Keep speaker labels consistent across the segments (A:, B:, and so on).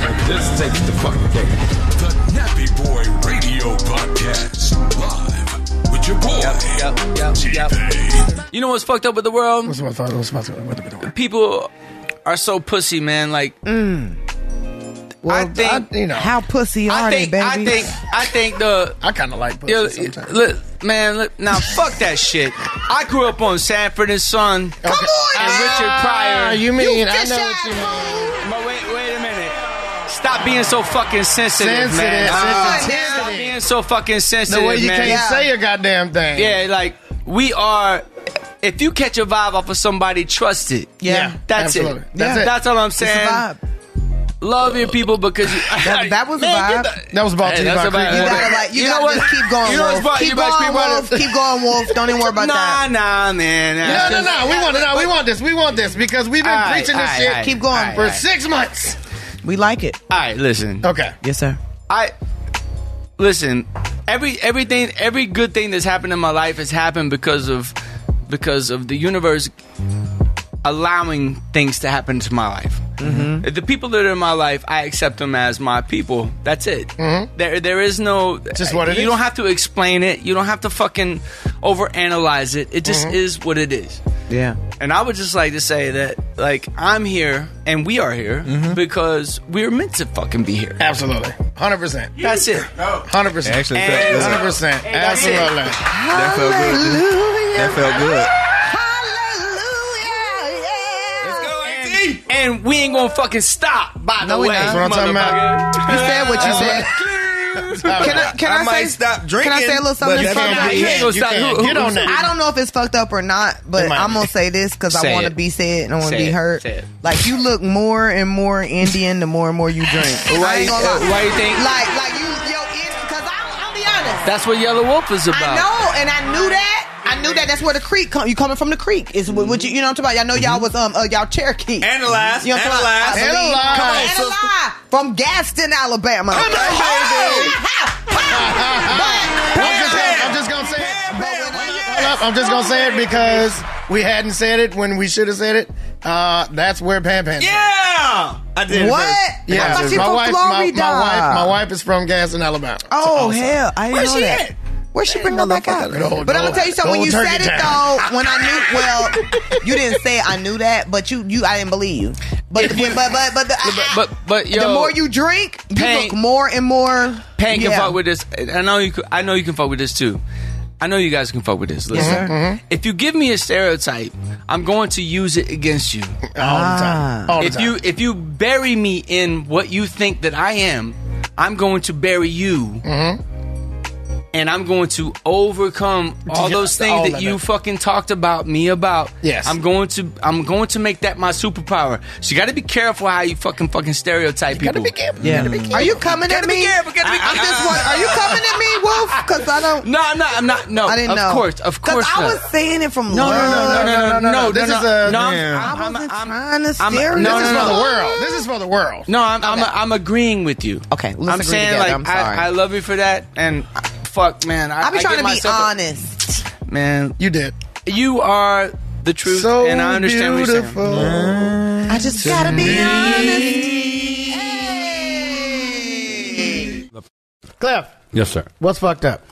A: take the fucking game.
B: The Nappy Boy Radio Podcast. Live with your boy,
C: Yep, yep, yep.
B: T-Pain.
C: You know what's fucked up with the world?
A: What's my thought? What's my thought? What the- what the-
C: People are so pussy, man. Like
A: Well,
C: I think-
A: you know,
D: Mm. How pussy are
C: I think,
D: they,
C: I
D: baby?
C: think, I think the
A: I kind of like pussy
C: Yeah,
A: sometimes.
C: look, man, look, now fuck that shit. I grew up on Sanford and Son. Come on, and Richard
A: Ah,
E: Oh,
C: Pryor.
A: you mean I know what you mean?
C: But wait, wait a minute. Stop being so fucking sensitive, man.
A: Sensitive,
C: Ah,
A: sensitivity.
C: stop being so fucking sensitive,
A: The way you
C: man.
A: can't say your goddamn thing.
C: yeah, like we are. If you catch a vibe off of somebody, trust it.
D: yeah.
C: That's
A: absolutely.
C: it.
A: That's
D: Yeah.
A: it.
C: That's all I'm
D: It's a
C: saying.
D: vibe.
C: Love your people because you,
D: That- that was a
C: Man, get
D: vibe.
C: the-
A: That was about
C: Hey,
A: to
C: that's
A: by
C: about-
A: Creek.
D: You
C: Yeah.
D: gotta like, you,
C: You know
D: gotta
C: what?
D: just keep going,
C: You know what's
D: Wolf.
C: about- you
D: Keep
C: guys
D: going,
C: keep about-
D: Wolf. Keep going, Wolf. Don't even worry about
C: Nah,
D: that.
C: nah, man.
A: No, no, no. We want to know. We want this. We want this because we've been
C: Aight,
A: preaching this
C: aight,
A: shit
C: aight,
D: Keep going.
C: aight,
A: for
C: aight.
A: six months.
D: We like it.
C: All right, listen.
A: Okay.
D: Yes, sir.
C: I listen. Every everything, every good thing that's happened in my life has happened because of because of the universe allowing things to happen to my life. Mm-hmm. The people that are in my life, I accept them as my people. That's it.
F: Mm-hmm.
C: There, there is no.
A: Just what it
C: you
A: is.
C: don't have to explain it. You don't have to fucking overanalyze it. It
A: Mm-hmm.
C: just is what it is.
D: Yeah.
C: And I would just like to say that, like, I'm here and we are here because we're meant to fucking be here.
A: Mm-hmm. Absolutely. Hundred percent.
C: That's it.
A: Hundred percent.
F: Actually,
C: And-
F: that felt
A: Hundred
F: good.
A: percent.
C: that's it.
A: Absolutely.
F: That felt good. dude. That felt good.
D: Hallelujah.
C: And, and we ain't gonna fucking stop. By
D: No,
C: the
D: we
C: way,
D: not.
A: That's what I'm talking about.
D: Yeah. You said what you said. Can I, can
F: I
D: I,
F: might
D: say,
F: stop
D: Can
F: drinking.
D: I say a little
F: but
D: something? that's
F: that
D: fucked
F: don't
D: up?
F: be-
A: You
C: can't go
A: can't. You
C: stop.
A: can't.
C: Who-
A: Get
C: who-
A: on
D: I
A: that.
D: don't know if it's fucked up or not,
A: It
D: but
A: might
D: I'm
A: be.
D: gonna say this because I
C: Say
D: want to
C: it.
D: be said and I want to
C: Say
D: be
C: it.
D: heard.
C: Say it.
D: Like you look more and more Indian the more and more you drink. I
C: Why,
D: ain't gonna lie.
C: why you think
D: Like like you yo because I'll, I'll be honest.
C: that's what Yellow Wolf is about?
D: I know, and I knew that. I knew that. That's where the creek come. You coming from the creek? Is what, what you you know what I'm talking about? Y'all know
C: Mm-hmm.
D: y'all was um uh, y'all Cherokee.
F: Analyze,
D: You know what I'm talking about? I
F: analyze.
D: believe-
A: Analyze.
D: Come on,
F: Come on,
D: analyze. From Gaston, Alabama.
A: Come on, baby.
D: But-
A: I'm just gonna- I'm just gonna say it.
D: but when I-
A: Hold up. I'm just gonna say it because we hadn't said it when we should have said it. Uh, that's where Pan Pan.
F: Yeah, I did. it
D: What?
F: first.
D: I thought she
A: my
D: from
A: wife, my,
D: Florida.
A: my wife, my wife is from Gaston, Alabama.
D: Oh hell, I didn't know
F: Where's she
D: that.
F: at?
D: Where'd she bring her back out?
A: motherfucker, no,
D: but I'm
A: no,
D: gonna tell you something. When
A: no
D: you
A: turkey
D: said it
A: time.
D: though, when I knew, well, you didn't say it, I knew that, but you, you, I didn't believe you. But, but, but, but, but, the,
C: But but, but yo,
D: the more you drink, you
C: Pain-
D: look more and more.
C: Pan can
D: yeah.
C: fuck with this. And I know you. c- I know you can fuck with this too. I know you guys can fuck with this. Listen,
A: Mm-hmm.
C: if you give me a stereotype, I'm going to use it against you.
A: All the time. All the
C: if
A: time.
C: you if you bury me in what you think that I am, I'm going to bury you.
A: Mm-hmm.
C: And I'm going to overcome all
A: Yeah,
C: those things
A: all
C: that
A: of
C: you
A: it.
C: fucking talked about me about.
A: Yes.
C: I'm going to I'm going to make that my superpower. So you got to be careful how you fucking fucking stereotype people.
A: gotta be careful.
D: Yeah.
A: You gotta be careful.
D: Are you coming at
C: Gotta be
D: me?
C: careful, gotta be-
D: I- I'm just wondering, are you coming at me, Wolf? Because I don't.
C: No, I'm not. I'm not. No,
D: I didn't
C: of
D: know.
C: course, of
D: 'Cause
C: course.
D: I
C: not.
D: was saying it from
A: no,
D: love.
A: no, no, no, no, no.
C: no,
A: This
C: no,
A: is a-
C: no, I'm,
A: yeah.
D: I
C: I'm,
D: wasn't
C: I'm,
D: trying to
C: I'm-
D: stereotype.
C: no, no,
A: This is
C: no,
A: for
C: no.
A: the world. This is for the world.
C: No, I'm I'm, I'm agreeing with you.
D: Okay, let's
C: I'm
D: agree
C: saying
D: together.
C: like
D: I'm sorry.
C: I, I love you for that, and fuck, man, I,
D: I be
C: I
D: trying
C: give
D: to be
C: myself a-
D: honest.
C: man.
A: You did.
C: You are the truth,
A: So
C: and I understand
A: beautiful.
C: what you're saying.
D: I just gotta be honest.
A: Cliff,
G: Yes, sir.
A: what's fucked up?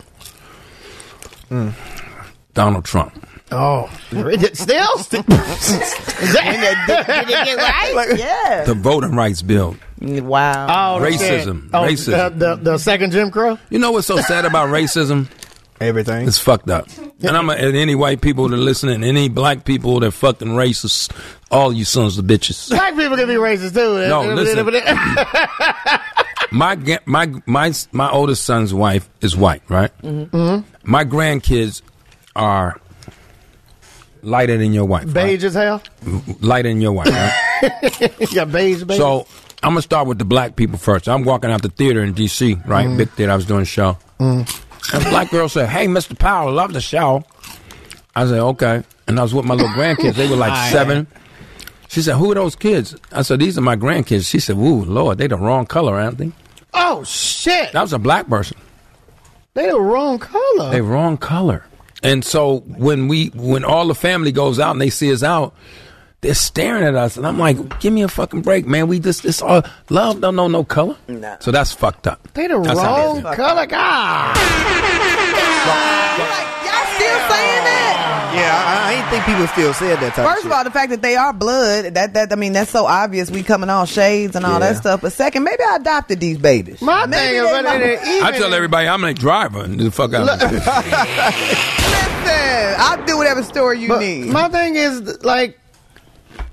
G: Donald Trump.
A: Oh, still?
D: Yeah.
G: The voting rights bill.
D: Wow.
A: Oh,
G: Racism.
A: shit. Oh,
G: Racism.
A: The, the, the second Jim Crow?
G: You know what's so sad about racism?
F: Everything.
G: It's fucked up. And I'm a, and any white people that are listening, any black people that fucking racist, all you sons of bitches.
A: Black people can be racist too.
G: No, listen. My ga- my my my oldest son's wife is white, right? Mm-hmm. My grandkids are lighter than your wife.
A: beige as hell.
G: Right? Lighter than your wife. Right?
A: You got beige, beige.
G: So I'm gonna start with the black people first. I'm walking out the theater in D.C. Right, big theater. I was doing a show,
A: Mm.
G: and a black girl said, "Hey, Mr. Powell, love the show." I said, "Okay," and I was with my little grandkids. They were like seven. She said, "Who are those kids?" I said, "These are my grandkids." She said, "Woo, Lord, they the wrong color, aren't they?"
A: oh shit,
G: That was a black person.
A: they the wrong color.
G: They wrong color. And so when we when all the family goes out and they see us out, They're staring at us, and I'm like, "Give me a fucking break, man. We just it's all love don't know no color."
D: Nah.
G: So that's fucked up.
A: They the
G: That's how it
A: wrong
G: is.
A: color guy.
D: Y'all still saying that?
F: Yeah, I, I ain't think people still said that type
D: First of all, the fact that they are blood, that that I mean, that's so obvious. We coming all shades and all that
F: Yeah.
D: stuff. But second, maybe I adopted these babies.
A: My
D: Maybe
A: thing is,
D: they my-
A: but it ain't even.
G: I tell everybody I'm a driver. and The fuck out. of here.
D: Listen, I'll do whatever story you
A: but
D: need.
A: my thing is like,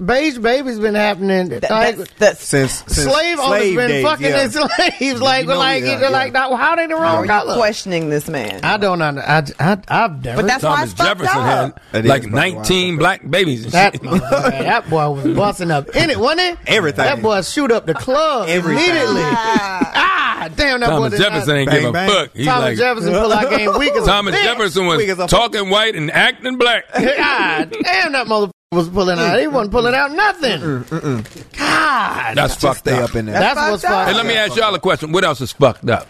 A: beige baby's been happening.
D: That-
A: like,
D: that's, that's
F: since, since
A: slave owners
F: slave
A: been
F: days,
A: fucking
F: yeah.
A: slaves. Like,
F: You know,
A: like,
F: yeah,
A: they're like,
F: yeah.
A: now, how they the wrong color?
D: questioning this man.
A: I don't under. I, I, I've never.
D: But that's why
G: Thomas
D: it's fucked
G: Jefferson
D: up.
F: That
G: had
F: is
G: like
F: fucked up.
G: 19 black babies. And
A: That
G: shit.
A: motherfucker, that boy was busting up in it, wasn't it?
F: Everything.
A: That boy shoot up the club
F: Everything.
A: immediately. ah, damn, that boy.
G: Thomas
A: did not-
G: Jefferson ain't
F: Bang,
G: give a
F: bang.
G: fuck. He's
A: Thomas
G: like
A: Jefferson feel like ain't weak as a
G: Thomas
A: bitch.
G: Jefferson
F: Weak as a
G: was
F: fuck.
G: talking white and acting black.
A: God Ah, damn, that motherfucker was pulling out. He wasn't pulling out
F: Mm,
A: nothing. God,
G: That's
F: Just
G: fucked
F: stay
G: up.
F: up in there.
A: that's
D: fucked
A: what's
D: up.
A: fucked.
G: Hey, let me ask y'all a question. What else is fucked up?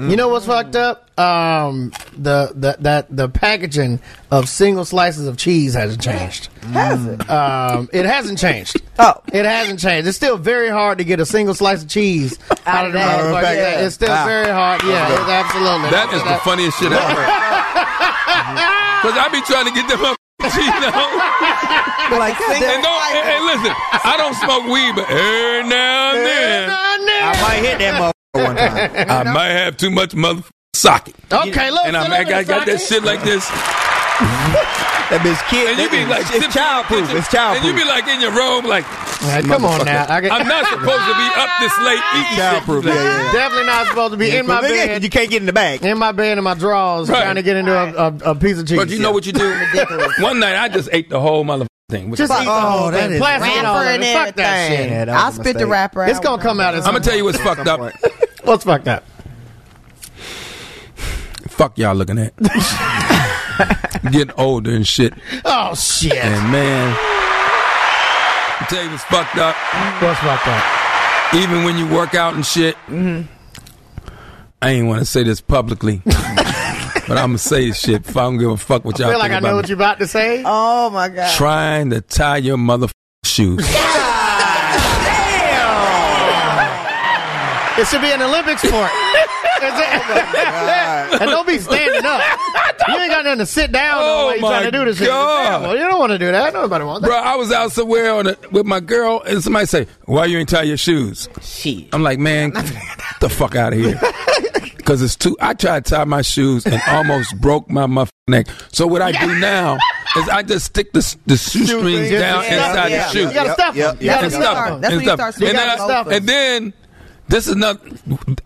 A: You know what's fucked up? Um, the the that the packaging of single slices of cheese hasn't changed.
D: Has it?
A: Um, it hasn't changed.
D: Oh.
A: It hasn't changed. It's still very hard to get a single slice of cheese out of the
D: Out of
A: motherfucker.
D: that, yeah.
A: It's still
F: Wow.
A: very hard. Uh, Yeah, it's absolutely.
G: That is the funniest shit ever. Because I be trying to get them up. You know,
D: But like,
G: and don't, hey, hey, listen, I don't smoke weed, but every now and then
F: I might hit that motherfucker one time. Um,
G: I might have too much mother socket,
A: Okay, look.
G: and I'm, I got, got that shit like this,
F: That bitch kid.
G: and you be like,
F: it's child proof. It's child
G: and you
F: proof.
G: be like in your robe, like
A: Hey, come on now. I get,
G: I'm not supposed to be up this late eating
F: Child proof. Yeah, yeah. yeah.
A: definitely not supposed to be in my
F: Nigga,
A: bed.
F: You can't get in the bag.
A: In my bed in my drawers,
G: Right.
A: trying to get into a, a, a piece of cheese.
G: But you know what you do? One night I just ate the whole motherfucking thing.
A: Just eat the
F: Oh,
A: whole
F: that
A: thing.
F: is
A: Plastic and all
D: Rapper
A: that.
D: and
A: Fuck that
D: everything.
A: shit.
F: Yeah, that was
D: I'll
F: a
D: spit the
F: mistake.
D: rapper out.
A: It's gonna come out as
G: I'm gonna tell you what's fucked up.
A: What's fucked up?
G: Fuck y'all looking at. Getting older and shit,
A: Oh shit!
G: and man, I tell you what's fucked up.
A: What's fucked up?
G: even when you work out and shit. I ain't want to say this publicly, but I'm gonna say this shit. If I don't give a fuck what y'all
A: I feel like
G: think
A: I know
G: about
A: what
G: me.
A: you're about to say.
D: Oh my god.
G: Trying to tie your motherfucking shoes.
A: It should be an Olympic sport. Is
F: Oh,
A: it- and don't be standing up. You ain't got nothing to sit down
G: Oh,
A: on while you
G: my
A: trying to do this shit. It's
G: God.
A: terrible. You don't want to do that. Nobody wants
G: Bro,
A: that.
G: I was out somewhere on a, with my girl, and somebody say, "Why you ain't tie your shoes?"
D: Shit.
G: I'm like, "Man, get the fuck out of here." Because it's too. I tried to tie my shoes and almost broke my motherfucking neck. So what I do now is I just stick the the shoestrings
A: Just
G: down
A: stuff
G: inside
A: it.
D: yeah.
G: the shoe.
A: You gotta
F: Yep,
A: stuff
F: yep,
A: them. You
F: yep.
G: and
A: gotta
D: That's when you
G: stuff
A: stuff 'em.
G: them.
D: start- that's
G: and
D: when you start sticking
G: stuff them. and, then I-
A: out loafers.
G: and then this is not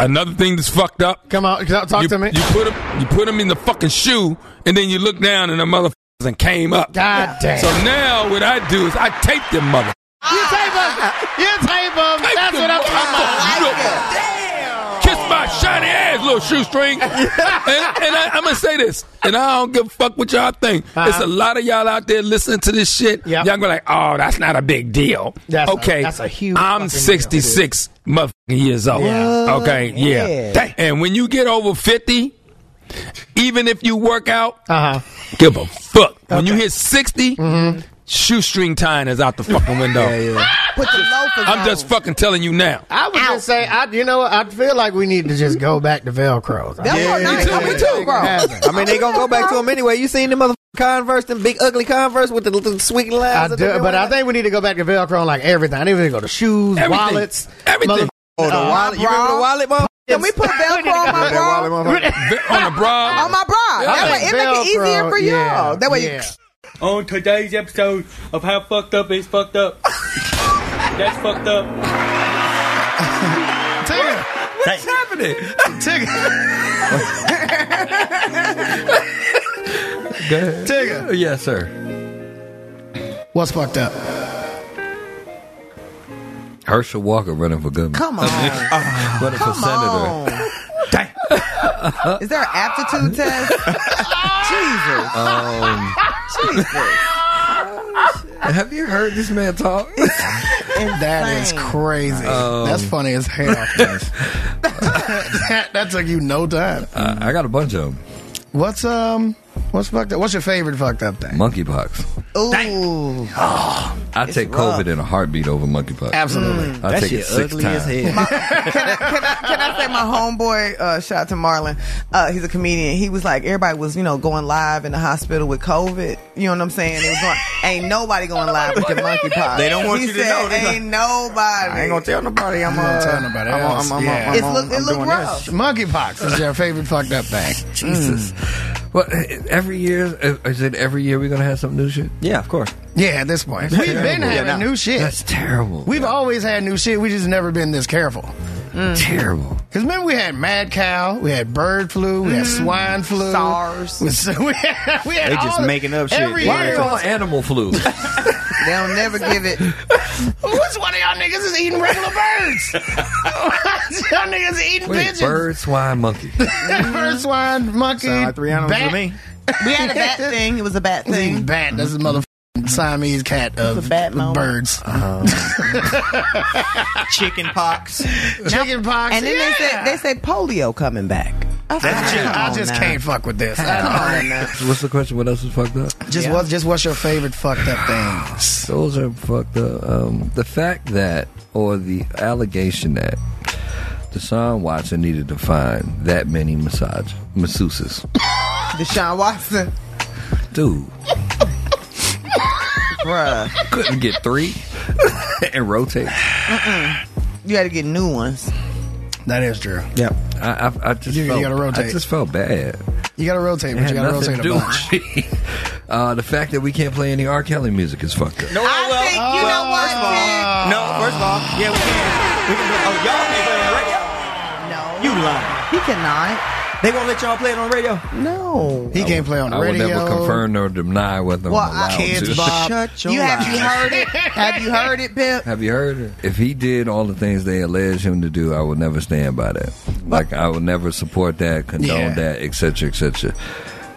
G: another thing that's fucked up.
A: Come on, talk talk
G: you,
A: to me.
G: You put them, you put 'em in the fucking shoe, and then you look down, and the motherfuckers and came up.
A: God damn.
G: So now what I do is I tape them mother.
A: you tape them. You tape them.
G: Tape
A: That's
G: them
A: what I'm talking about.
G: motherfuckers. Kiss my shiny ass, little shoestring. and and I, I'm gonna say this, and I don't give a fuck what y'all think. It's a lot of y'all out there listening to this shit.
A: Uh-huh. Yep.
G: Y'all go like, oh, that's not a big deal.
A: That's a-
G: okay,
A: that's a huge
G: I'm
A: fucking deal.
G: 66 motherfucking years old.
A: Yeah.
G: Okay, yeah.
D: Yeah.
G: And when you get over 50, even if you work out,
A: Uh huh.
G: give a fuck. When you hit 60, shoestring tying is out the fucking window.
D: Put the loafers
G: I'm just
D: on.
G: fucking telling you now.
A: I would just say, I you know, what? I feel like we need to just go back to Velcro.
D: That was nice.
F: yeah,
D: I'm with
A: yeah.
D: you, girl.
A: Yeah.
F: I mean, they gonna go back to him anyway. You seen the motherfucking Converse, them big ugly Converse with the little squeaky
A: I
F: lines.
A: do,
F: at the rear
A: but I
F: one?
A: think we need to go back to Velcro on like everything. I need to go to shoes,
G: Everything.
A: wallets,
G: Everything.
F: oh, the wallet. You remember the wallet, motherfucker?
D: Can we put Velcro on my
F: That
D: bra?
F: wallet, motherfucker.
G: on the bra.
D: On my bra.
A: I
D: That way it
A: think
D: make it easier
A: Velcro,
D: for
A: yeah,
D: y'all. That way you.
A: yeah.
H: on today's episode of How Fucked Up Is Fucked Up. That's fucked up.
A: Tigger,
G: What's happening?
A: Tigger, Tigger.
G: Oh, Yes, sir.
A: What's fucked up?
I: Herschel Walker running for governor.
D: Come on.
I: running for
D: Come on. Is there an aptitude test?
I: Ah!
D: Jesus.
I: Um, Have you heard this man talk?
A: That is crazy.
G: Um,
A: That's funny as hell. that, that took you no time.
I: Uh, I got a bunch of them.
A: What's um, what's fucked up? What's your favorite fucked up thing?
I: Monkeypox.
D: Ooh.
I: I take
F: rough.
I: COVID in a heartbeat over monkeypox.
C: Absolutely.
I: I
F: that
I: take
F: shit
I: it six
F: ugly
I: times.
F: as hell.
D: can, I, can, I, can I say my homeboy? Uh, shout out to Marlon. Uh, he's a comedian. He was like, everybody was, you know, going live in the hospital with COVID. You know what I'm saying? It was going, ain't nobody going live with the monkeypox.
F: They don't want
D: he
F: you to
D: said,
F: know. They
D: Ain't nobody.
F: I ain't gonna tell nobody. I'm
A: You
F: uh,
A: don't tell nobody
F: I'm, on-
A: else.
F: I'm, I'm,
A: Yeah.
F: I'm,
D: It's
F: on-
D: look- it
F: I'm
D: look
F: doing
D: rough.
F: this.
A: Monkeypox is your favorite fucked up thing.
I: Jesus. Well, Mm. every year uh, is it every year we're gonna have some new shit?
F: Yeah, of course.
A: Yeah, at this point. We've been
I: terrible.
A: having
F: Yeah, no.
A: new shit.
I: That's terrible.
A: We've always had new shit. We just never been this careful.
D: Mm.
F: Mm.
I: terrible.
A: Because remember, we had mad cow, we had bird flu, we had swine flu,
D: Mm-hmm. SARS.
A: We, we had, we had
F: They
A: all
F: just
A: the-
F: making up shit.
A: Every
F: Why
A: year,
F: are y'all-
I: Oh, animal flu.
D: They'll never give it.
A: which one of y'all niggas is eating regular birds? y'all niggas is eating
I: Wait,
A: pigeons,
I: bird, swine, monkey.
A: bird, swine, monkey,
F: Sound like three animals
A: bat.
F: to me.
D: We had a bat thing. It was a bat thing.
A: Bat. That's a motherfucking Siamese cat of
D: a bat moment.
A: birds.
F: Uh-huh.
D: Chicken pox.
A: Chicken pox.
D: And then
A: yeah.
D: they said they said polio coming back.
F: "Oh,
D: I, was like, come
A: I
D: on
A: just
D: now.
A: can't fuck with this.
D: Come on now.
I: What's the question? What else is fucked up?
A: Just what? Just what's your favorite fucked up thing?
I: Those are fucked up. Um, the fact that, or the allegation that, Deshaun Watson needed to find that many massage masseuses.
D: Deshaun Watson.
I: Dude,
D: Bruh.
I: couldn't get three and rotate.
D: You had to get new ones.
A: That is true.
F: Yeah.
I: I, I, I just
A: You- you
I: felt,
A: gotta rotate.
I: I just felt bad.
A: You gotta rotate, but you gotta rotate a bunch.
I: do uh, the fact that we can't play any R. Kelly music is fucked up.
F: No,
D: I
F: well, uh,
D: think you know what?
F: no. First of all, yeah, we can. We can play, oh, y'all can play it
D: Ted?
F: on the radio.
D: No.
F: You lying?
D: He cannot.
F: They won't let y'all play it on the radio.
D: No.
A: He can't play on the
I: I will
A: radio.
I: never confirm nor deny whether
D: Well,
I: I'm
D: I-
I: allowed
A: Kids,
I: to.
A: Bob.
F: Shut your
D: you have
F: mouth.
D: you heard it? Have you heard it, Pip?
I: Have you heard it? If he did all the things they allege him to do, I will never stand by that. Like I will never support that, condone
A: Yeah.
I: that, etc., etc.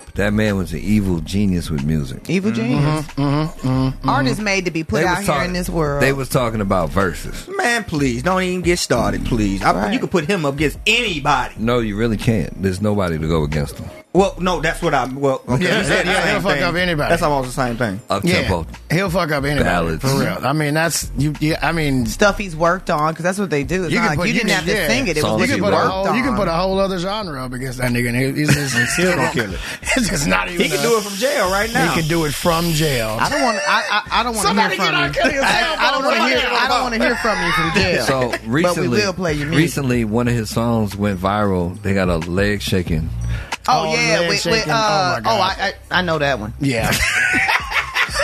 I: But that man was an evil genius with music. Mm-hmm.
D: Evil
A: Mm-hmm,
D: genius. Art is made to be put
I: They
D: out
I: was
D: here
I: talk-
D: in this world.
I: They was talking about verses.
F: Man, please don't even get started, please. I,
D: Right.
F: You can put him up against anybody.
I: No, you really can't. There's nobody to go against him.
F: Well, no, that's what I. Well, okay.
A: Yeah,
F: that's the
A: yeah,
F: same
A: he'll fuck
F: thing.
A: up anybody.
F: That's almost the same thing.
I: Up
A: Yeah,
I: tempo.
A: he'll fuck up anybody
I: Ballads.
A: for real. I mean, that's you. Yeah, I mean,
D: Stuff he's worked on because that's what they do. It's
A: You
D: not
A: can
D: like
A: put-
D: you
A: you
D: didn't
A: can-
D: have to
A: yeah.
D: sing it. It
I: Songs
D: was what you
I: you
A: you can put a
D: worked
A: whole
D: on.
A: you can put a whole other genre up against that nigga, and he- he's just a serial
F: killer.
A: It's just not even.
F: He can
A: a-
F: do it from jail right now.
A: He can do it from jail.
D: I don't want. I, I I don't want to hear
A: Somebody get
D: from
A: R.
D: you.
A: Kelly a
D: I,
A: cell
D: I don't
A: phone
D: want to hear.
A: right now.
D: I don't want to hear from you from jail.
I: So recently,
D: but we will play your music.
I: recently, one of his songs went viral. They got a leg shaking.
D: oh
A: Oh,
D: yeah,
A: leg
D: with, with
A: shaking.
D: uh, oh,
A: Oh, my God.
D: I, I I know that one.
A: yeah,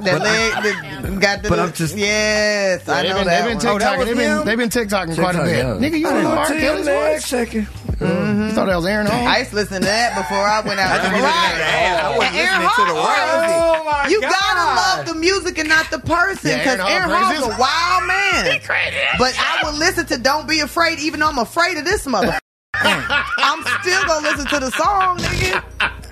D: That leg that got the.
I: But I'm just-
D: yes, I
A: they've
D: know
A: been,
D: that
A: they've been
D: one.
A: TikToking.
F: was
A: they've been
F: him?
A: they've been TikToking quite a
I: TikTok,
A: bit.
I: yeah.
A: Nigga, you know R. Kelly's voice?
I: shaking.
A: You thought that was Aaron Hall?
D: Mm-hmm. I used to listen to that before I went out.
F: I
D: to
F: think he's looking at the ad. I wasn't
D: And Aaron
F: listening to the
D: Hart-
F: words.
H: Oh my
D: You
H: God.
D: gotta love the music and not the person,
A: Yeah,
D: because
A: Aaron Hall
D: Aaron
A: crazy
D: Hall's a
A: as-
D: wild man. But I will listen to "Don't Be Afraid," even though I'm afraid of this mother. I'm still gonna listen to the song, nigga.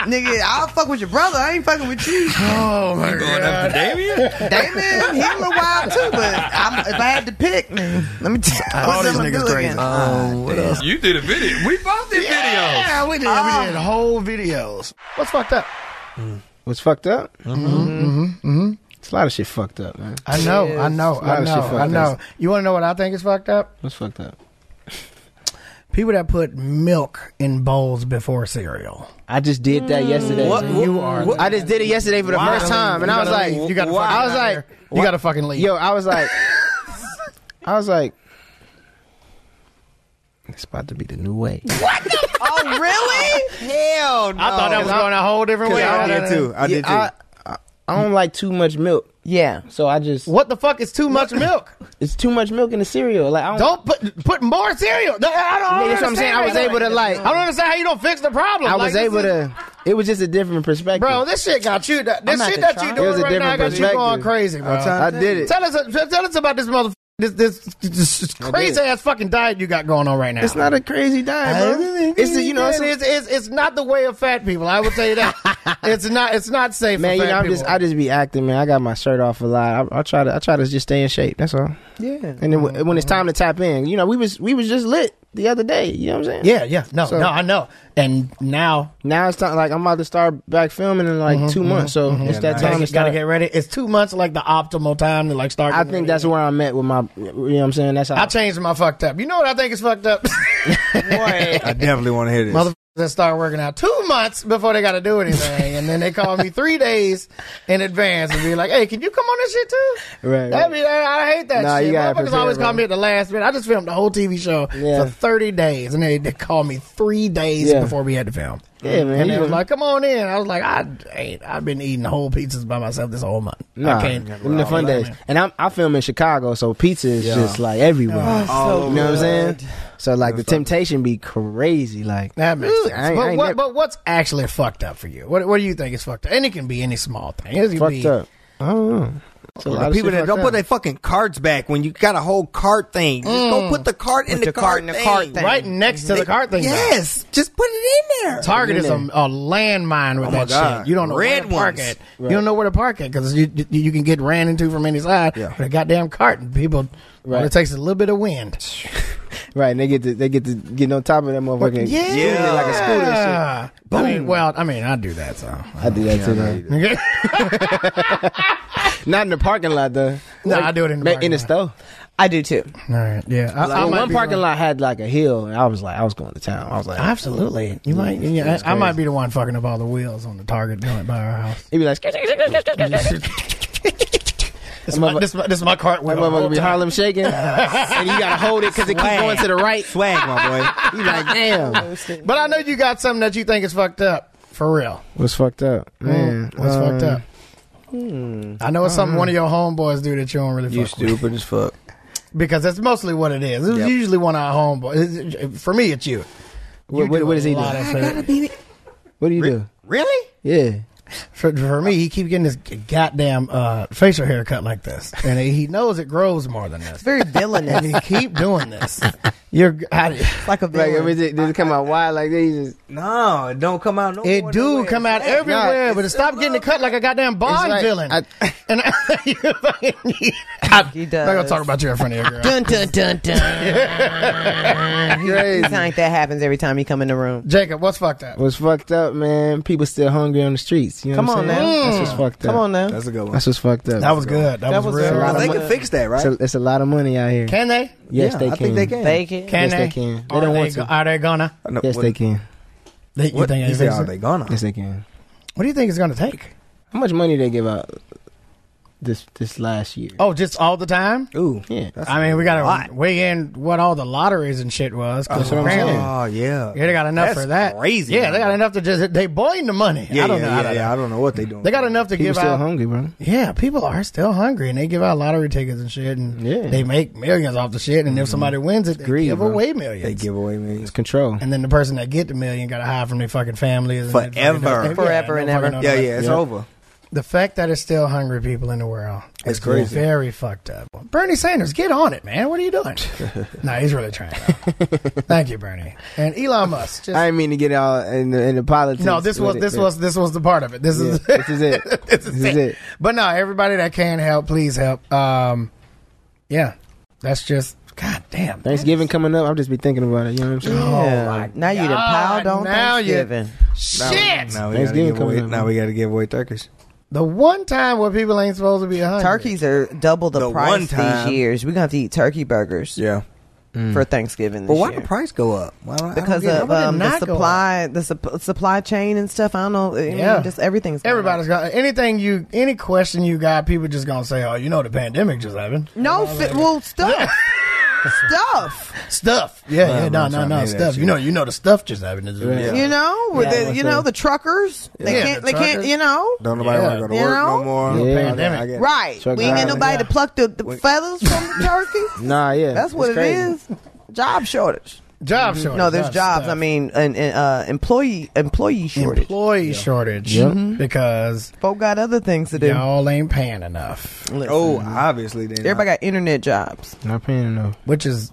D: Nigga, I'll fuck with your brother. I ain't fucking with you.
A: oh my god!
D: Damon, he a little wild too, but I'm, if I had to pick, man, let me tell you.
A: All these niggas crazy.
I: Um, what else?
B: You did a video. We both did
A: Yeah, we did. We did whole videos. What's fucked up?
J: What's fucked up? Mm-hmm. Mm-hmm. It's a lot of shit fucked up, man.
A: I know, I know,
J: It's a lot
A: I
J: of shit
A: know,
J: fucked
A: I know.
J: up.
A: You want to know what I think is fucked up?
J: What's fucked up?
A: People that put milk in bowls before cereal.
J: I just did that yesterday.
A: Mm. What- You are-
J: I just did it yesterday for the first time, and I was like,
A: you gotta
J: I was like,
A: you gotta fucking leave.
J: yo, I was like, I was like, it's about to be the new way.
D: Oh, really?
F: Hell no.
A: I thought that
J: oh,
A: was going a whole different way.
J: I did too. I did too. I, I, I don't like too much milk,
D: Yeah.
J: so I just
A: What the fuck is too much milk?
J: it's too much milk in the cereal. Like I don't.
A: Don't put put more cereal. No, I don't. I don't
J: Yeah, that's what I'm saying. I was
A: understand
J: able to,
A: that.
J: like-
A: I don't understand how you don't fix the problem.
J: I
A: Like,
J: was
A: this
J: able
A: is-
J: to. It was just a different perspective,
A: Bro, this shit got you. This
D: not
A: shit
D: the
A: that
D: trying.
A: you
J: It was
A: doing
J: a
A: right now
J: different
A: got you going
J: perspective. Uh,
A: crazy, bro.
J: I did it.
A: Tell us, tell us about this motherfucker. This, this, this crazy ass fucking diet you got going on right now.
J: It's not a crazy diet, bro. It's the, you know, it's,
A: it's, it's, it's not the way of fat people. I will tell you that. it's not. It's not safe.
J: Man,
A: for
J: you know,
A: fat
J: I'm just
A: people.
J: I just be acting, man. I got my shirt off a lot. I, I try to I try to just stay in shape. That's all.
D: Yeah.
J: And then wh- when it's time to tap in, you know, we was we was just lit the other day. You know what I'm saying?
A: yeah, yeah. No,
J: So-
A: no, I know. And now Mm-hmm,
J: Now it's time. Like I'm about to start back filming in like two months, so it's that
A: gotta-
J: time to
A: gotta
J: start.
A: get ready. It's two months like the optimal time to like start.
J: I think that's where I'm at with my. You know what I'm saying? That's how.
A: I changed my fucked up. You know what I think is fucked up?
F: I definitely want to hear this.
A: Motherfuckers that start working out two months before they got to do anything, and then they call me three days in advance and be like, "Hey, can you come on this shit too?"
J: Right,
A: That'd be, I, I hate that
J: Nah,
A: shit.
J: you gotta
A: Motherfuckers
J: prepare,
A: always call
J: bro.
A: me at the last minute. I just filmed the whole TV show
J: Yeah.
A: for thirty days, and they they called me three days
J: Yeah.
A: before we had to film.
J: yeah, man.
A: And
J: you
A: they was
J: know.
A: like, "Come on in." I was like, "I ain't. I've been eating whole pizzas by myself this whole month.
J: Nah,
A: I can't.
J: them the fun days. And I'm, I film in Chicago, so pizza is just like everywhere.
A: Oh,
D: so
J: you know what I'm saying?
D: good.
J: So like the temptation be crazy. Like
A: That makes
J: Ooh, I
A: sense.
J: ain't- I
A: But,
J: ain't
A: what,
J: never-
A: but what's actually fucked up for you? What, what do you think is fucked up? And it can be any small thing. It can
J: fucked
A: be,
J: up. I don't know. It's a lot of
F: People
J: shit
F: that don't
J: fucked
F: put
J: up.
F: their fucking cards back when you got a whole cart thing. Just go put the cart in the
D: your
F: cart
D: cart
F: thing.
D: in the cart thing.
A: right next to the card thing. though.
F: Yes, just put it in there.
A: Target is a, a landmine
J: Oh
A: with that
F: God.
A: shit. You don't know
F: Red
A: where to park
F: ones.
A: it. You don't know where to park it because you, you you can get ran into from any side with a goddamn cart and people. All it takes is a little bit of wind.
J: right, and they get to they get to get on top of that motherfucker. and
A: Yeah.
J: swing it like a scooter. and
A: Yeah. I mean, well, I mean, I do that so.
J: shit. I do that too. man.
A: Okay?
J: Not in the parking lot though.
A: no, I do it in the
J: Ma- in
A: parking
J: the
A: lot.
J: store.
D: I do too.
A: All right, yeah. I, I
J: Well,
A: might
J: one
A: be
J: parking
A: one-
J: lot had like a hill, and I was like, I was going to town. I was like,
A: Absolutely, you might. Yeah, I, I might be the one fucking up all the wheels on the Target going by our house.
J: he'd be like, "Skit, skit, skit, skit, skit, skit, skit."
A: This is my, this, is my, this is my cart
J: that
A: wheel.
J: motherfucker be
A: Hold on.
J: Harlem shaking, and you gotta hold it because it keep
F: Swag.
J: going to the right.
F: Swag, my boy.
J: You like, damn,
A: But I know you got something that you think is fucked up for real.
J: what's fucked up, man?
A: Hmm, What's
J: Um,
A: fucked up? Hmm. I know it's
J: Mm-hmm.
A: something one of your homeboys do that you don't really
F: You
A: fuck with
F: stupid as fuck.
A: because that's mostly what it is. It's usually one of our homeboys. For me, it's you.
J: What, what, what does he do?
A: do?
J: What do you do?
F: Really?
J: Yeah,
A: For, for me, he keep getting this goddamn uh, facial haircut like this, and he knows it grows more than this.
D: Very villainous.
A: and you keep doing this. You're how do you-
D: It's like a
J: like
D: villain.
J: was it, does it come out wide like this? You just-
F: No, it don't come out no
A: it do come out everywhere,
J: Nah,
A: but it stop getting it cut like a goddamn Bond
J: like-
A: villain.
J: I-
A: and I, you fucking, I,
D: He
A: I'm not gonna
D: does.
A: talk about you in front of your girl.
D: Dun dun dun dun.
J: Crazy.
D: Something like that happens every time you come in the room.
A: Jacob, what's fucked up?
J: What's fucked up, man? People still hungry on the streets. You know
D: Come
J: what
D: on
J: I'm saying?
D: now.
J: That's what's fucked up.
D: Come on now.
F: That's a good one.
J: That's what's fucked up.
A: Mm. That was good. That,
D: That
A: was,
D: was a lot
A: real.
F: Well,
D: of
F: they
D: money.
F: can fix that, right?
J: It's a, it's a lot of money out here.
A: Can they?
J: yes,
F: Yeah,
J: they
F: I
J: can.
F: think they can.
D: Bake it.
A: Can
J: Yes,
A: they?
J: they can. They
A: Are
J: don't want
A: go-
J: to.
A: Are they gonna?
F: I know-
J: Yes,
F: what-
J: they can.
A: They, you
F: What,
A: think
F: you
A: they
F: say,
A: fix
F: are
A: it?
F: they gonna?
J: Yes, they can.
A: What do you think it's gonna take?
J: How much money they give out this this last year?
A: Oh, just all the time.
F: Ooh.
J: yeah.
A: I mean, we gotta
F: lot.
A: weigh in what all the lotteries and shit was. 'cause
J: That's what I'm saying.
A: apparently-
F: Oh, yeah.
A: Yeah, they got enough
F: That's
A: for that.
F: crazy.
A: Yeah, they got enough to just they boiling the money.
F: Yeah,
A: I don't
F: yeah,
A: know.
F: Yeah,
A: I don't
F: yeah,
A: know.
F: I don't know what they doing.
A: They got enough to
J: People
A: give
J: still
A: out.
J: hungry, bro.
A: Yeah, people are still hungry and they give out lottery tickets and shit, and
J: Yeah.
A: they make millions off the shit. And if somebody wins it, they
J: greed,
A: give
J: bro.
A: away millions.
F: They give away millions.
J: Mm-hmm. It's control.
A: and then the person that get the million got to hide from their fucking families and
F: Forever.
A: that fucking-
D: Forever
A: yeah,
D: and
A: no fucking
D: ever.
A: know
F: Yeah,
A: that.
F: yeah, it's
J: Yeah.
F: over.
A: The fact that it's still hungry people in the world
F: It's
A: is
F: crazy.
A: very fucked up. Bernie Sanders, get on it, man. What are you doing? nah, he's really trying. though. Thank you, Bernie. And Elon Musk. Just,
J: I didn't mean to get all in the, in the politics.
A: no, this
J: with
A: was
J: it,
A: this
J: but-
A: was this was the part of it. This
J: Yeah,
A: is
J: this is it.
A: this is it. But no, everybody that can help, please help. Um, yeah, that's just God damn. Oh
J: Thanksgiving coming up, I'll just be thinking about it. You know what I'm saying?
D: Yeah. Now you done
A: God,
D: piled on
A: Ah, now you-
D: Thanksgiving.
A: Shit!
F: Now we gotta
J: Thanksgiving
F: give away,
J: coming up,
F: now
J: man.
F: we got to give away turkeys.
A: The one time where people ain't supposed to be hungry.
D: Turkeys are double the,
F: The
D: price
F: one time.
D: these years. We're gonna have to eat turkey burgers
F: Yeah.
D: for Thanksgiving.
F: But
D: this
F: why
D: year.
F: the price go up? Why don't, I don't
D: because
F: get it.
D: of
A: Why would it
D: um, the
A: not go
D: supply, the sup- supply chain and stuff. I don't know. I mean,
A: Yeah.
D: just everything's going
A: Everybody's got anything you any question you got, people just gonna say, "Oh, you know the pandemic just happened."
D: up. no fi- well stuff, stuff.
A: Stuff, yeah, yeah, no,
F: I'm
A: no,
F: trying to hear
A: no,
F: that
A: stuff.
F: shit.
A: You know, you know the stuff just happened.
F: Yeah.
D: You know, with
J: Yeah.
D: the, you know the truckers. They
A: Yeah,
D: can't.
A: the
D: they can't.
A: truckers.
D: You know.
F: Don't nobody
A: Yeah.
F: want to go to
D: You
F: work
D: know?
F: no more.
J: Yeah.
F: I get-
A: Pandemic.
F: I get it.
D: Right.
J: Truck
D: we ain't get
J: drivers.
D: nobody to pluck the, the feathers from the turkey.
J: Nah, yeah.
D: That's what
J: it's
D: it
J: crazy.
D: is. Job shortage. Mm-hmm.
A: Job shortage.
D: No, there's
A: not
D: jobs.
A: stuff.
D: I mean, an, an uh, employee employee shortage.
A: employee shortage Mm-hmm. because
D: Folk got other things to do.
A: y'all ain't paying enough,
D: Listen,
F: Oh, obviously. Then
D: everybody got internet jobs.
J: Not paying enough.
A: which is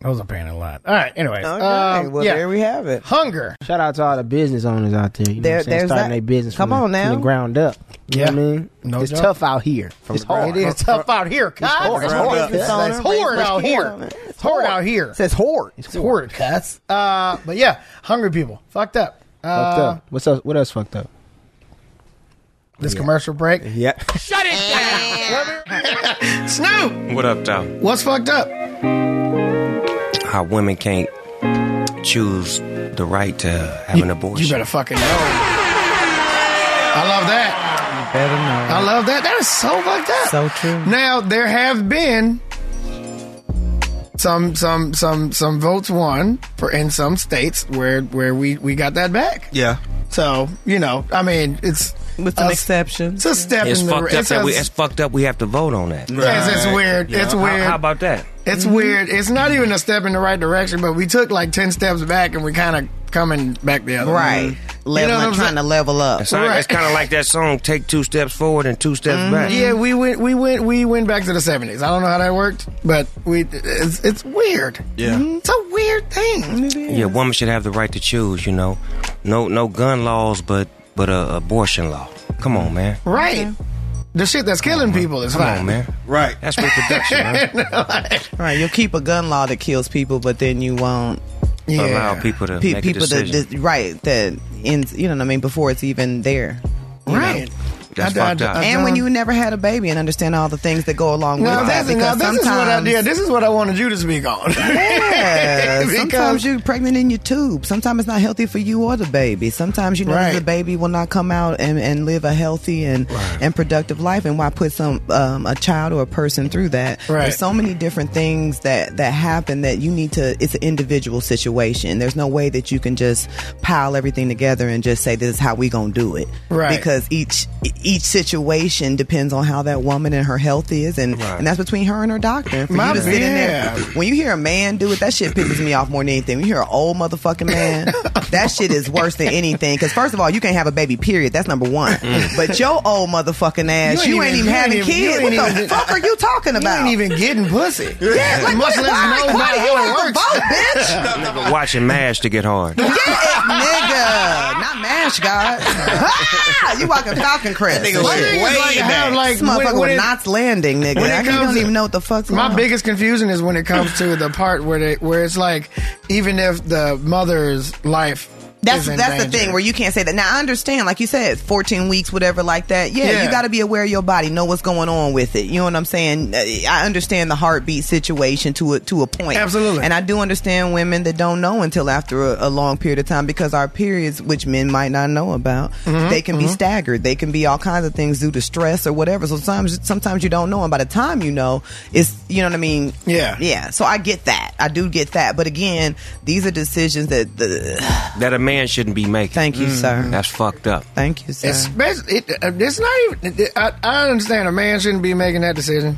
A: Those are paying a lot. All right. Anyways.
D: Okay.
A: um,
D: well,
A: yeah.
D: there we have it.
A: Hunger.
J: Shout out to all the business owners out there. You know
D: There-
J: what I'm saying?
D: there's
J: Starting
D: that.
J: their business
D: Come
J: from, the-
D: on now.
J: from the ground up. You
A: Yeah.
J: know what I mean?
A: No
J: it's
A: joke.
J: tough out here. it's hard.
A: It is tough out here. God, it's hard.
D: It's
A: It's
D: hard.
A: hard
D: It's
A: out
D: hard.
A: here. It's hard out here.
J: It says horde.
A: It's hard, cuz. Uh, but yeah, hungry people. Fucked up. Uh,
J: fucked up. What's up? What else fucked up?
A: This commercial break.
J: Yeah.
C: Shut it down.
A: Snoop,
K: What up, though?
A: what's fucked up?
K: How women can't choose the right to have an abortion.
A: You better fucking know. I love that.
J: Better know.
A: I love that. That is so fucked up.
J: So true.
A: Now there have been some some some some votes won for in some states where where we we got that back.
K: yeah.
A: So you know, I mean, it's
D: With an
A: us-
D: exception.
A: It's a step
K: It's
A: in the.
K: fucked up
A: it's
K: that
A: a-
K: we it's fucked up we have to vote on that.
A: Yes, it's weird. It's
K: How,
A: weird.
K: how about that?
A: it's
D: Mm-hmm.
A: weird. It's not even a step in the right direction, but we took like ten steps back, and we kind of coming back the other way.
D: Right. Level,
A: know what I'm
D: trying
A: saying?
D: to level up.
K: It's, like-
A: Right. Mm-hmm.
K: it's kind of like that song "Take Two Steps Forward and Two Steps Back."
A: Yeah, we went, we went, we went back to the seventies. I don't know how that worked, but we it's, it's weird. Yeah, it's a weird thing.
K: Yeah, women should have the right to choose. You know, no no gun laws, but but a abortion law. Come on, man.
A: Right, the shit that's killing people is
K: Come
A: fine,
K: on, man.
F: Right.
K: That's reproduction. man.
D: Right. You'll keep a gun law that kills people, but then you won't
A: Yeah.
K: Allow people to
D: pe-
K: make a
D: people that
K: decision.
D: that- right that ends. You know what I mean? Before it's even there.
A: right.
K: That's
A: I- I-
K: fucked up.
A: I-
D: And
A: Um,
D: when you never had a baby and understand all the things that go along
A: Now
D: with that,
A: this, is,
D: because
A: now this is what I
D: sometimes
A: did. This is what I wanted you to speak on.
D: Yeah,
A: Because-
D: sometimes you're pregnant in your tube. Sometimes it's not healthy for you or the baby. Sometimes you know that
A: Right.
D: the baby will not come out and, and live a healthy and, and productive life. And why put some um, a child or a person through that?
A: Right.
D: There's so many different things that that happen that you need to. It's an individual situation. There's no way that you can just pile everything together and just say this is how we gonna do it.
A: Right.
D: Because each each situation depends on how that woman and her health is, and and that's between her and her doctor. And for
A: My
D: you to sit in there,
A: man.
D: when you hear a man do it, that shit pisses me off more than anything. When you hear an old motherfucking man, that shit is worse than anything. Because first of all, you can't have a baby. Period. That's number one. But your old motherfucking ass, you ain't, even, having
A: you ain't
D: kids.
A: even- you
D: what
A: ain't
D: the
A: even-
D: fuck are you talking
A: you
D: about?
A: ain't even getting pussy.
D: yeah, like,
A: much
D: what,
A: less
D: why,
A: know
D: why
A: about
D: do you have
A: how
D: to
A: it works.
D: vote, bitch?
K: Nigga watching Mash to get hard.
D: Yeah, nigga, not mash, God. Ah, you walking Falcon Crest?
A: The thing is, like, how, like,
D: This motherfucker
A: when- when
D: with
A: it-
D: Knots Landing, nigga.
A: when it
D: I
A: comes
D: don't
A: to-
D: even know what the fuck's
A: My
D: going on.
A: biggest confusion is when it comes to the part where they, where it's like even if the mother's life
D: That's
A: is in
D: that's the
A: danger.
D: thing where you can't say that. Now I understand, like you said, fourteen weeks, whatever, like that. Yeah,
A: Yeah.
D: you got to be aware of your body, know what's going on with it. You know what I'm saying? Uh, I understand the heartbeat situation to a to a point,
A: Absolutely.
D: And I do understand women that don't know until after a, a long period of time because our periods, which men might not know about,
A: Mm-hmm,
D: they can be staggered. They can be all kinds of things due to stress or whatever. So sometimes sometimes you don't know, and by the time you know, it's you know what I mean?
A: Yeah.
D: yeah. So I get that. I do get that. But again, these are decisions that the.
K: that a man shouldn't be making.
D: Thank you, sir.
K: That's fucked up.
D: Thank you, sir.
A: Especially, it, uh, it's not even. it- I, I understand a man shouldn't be making that decision,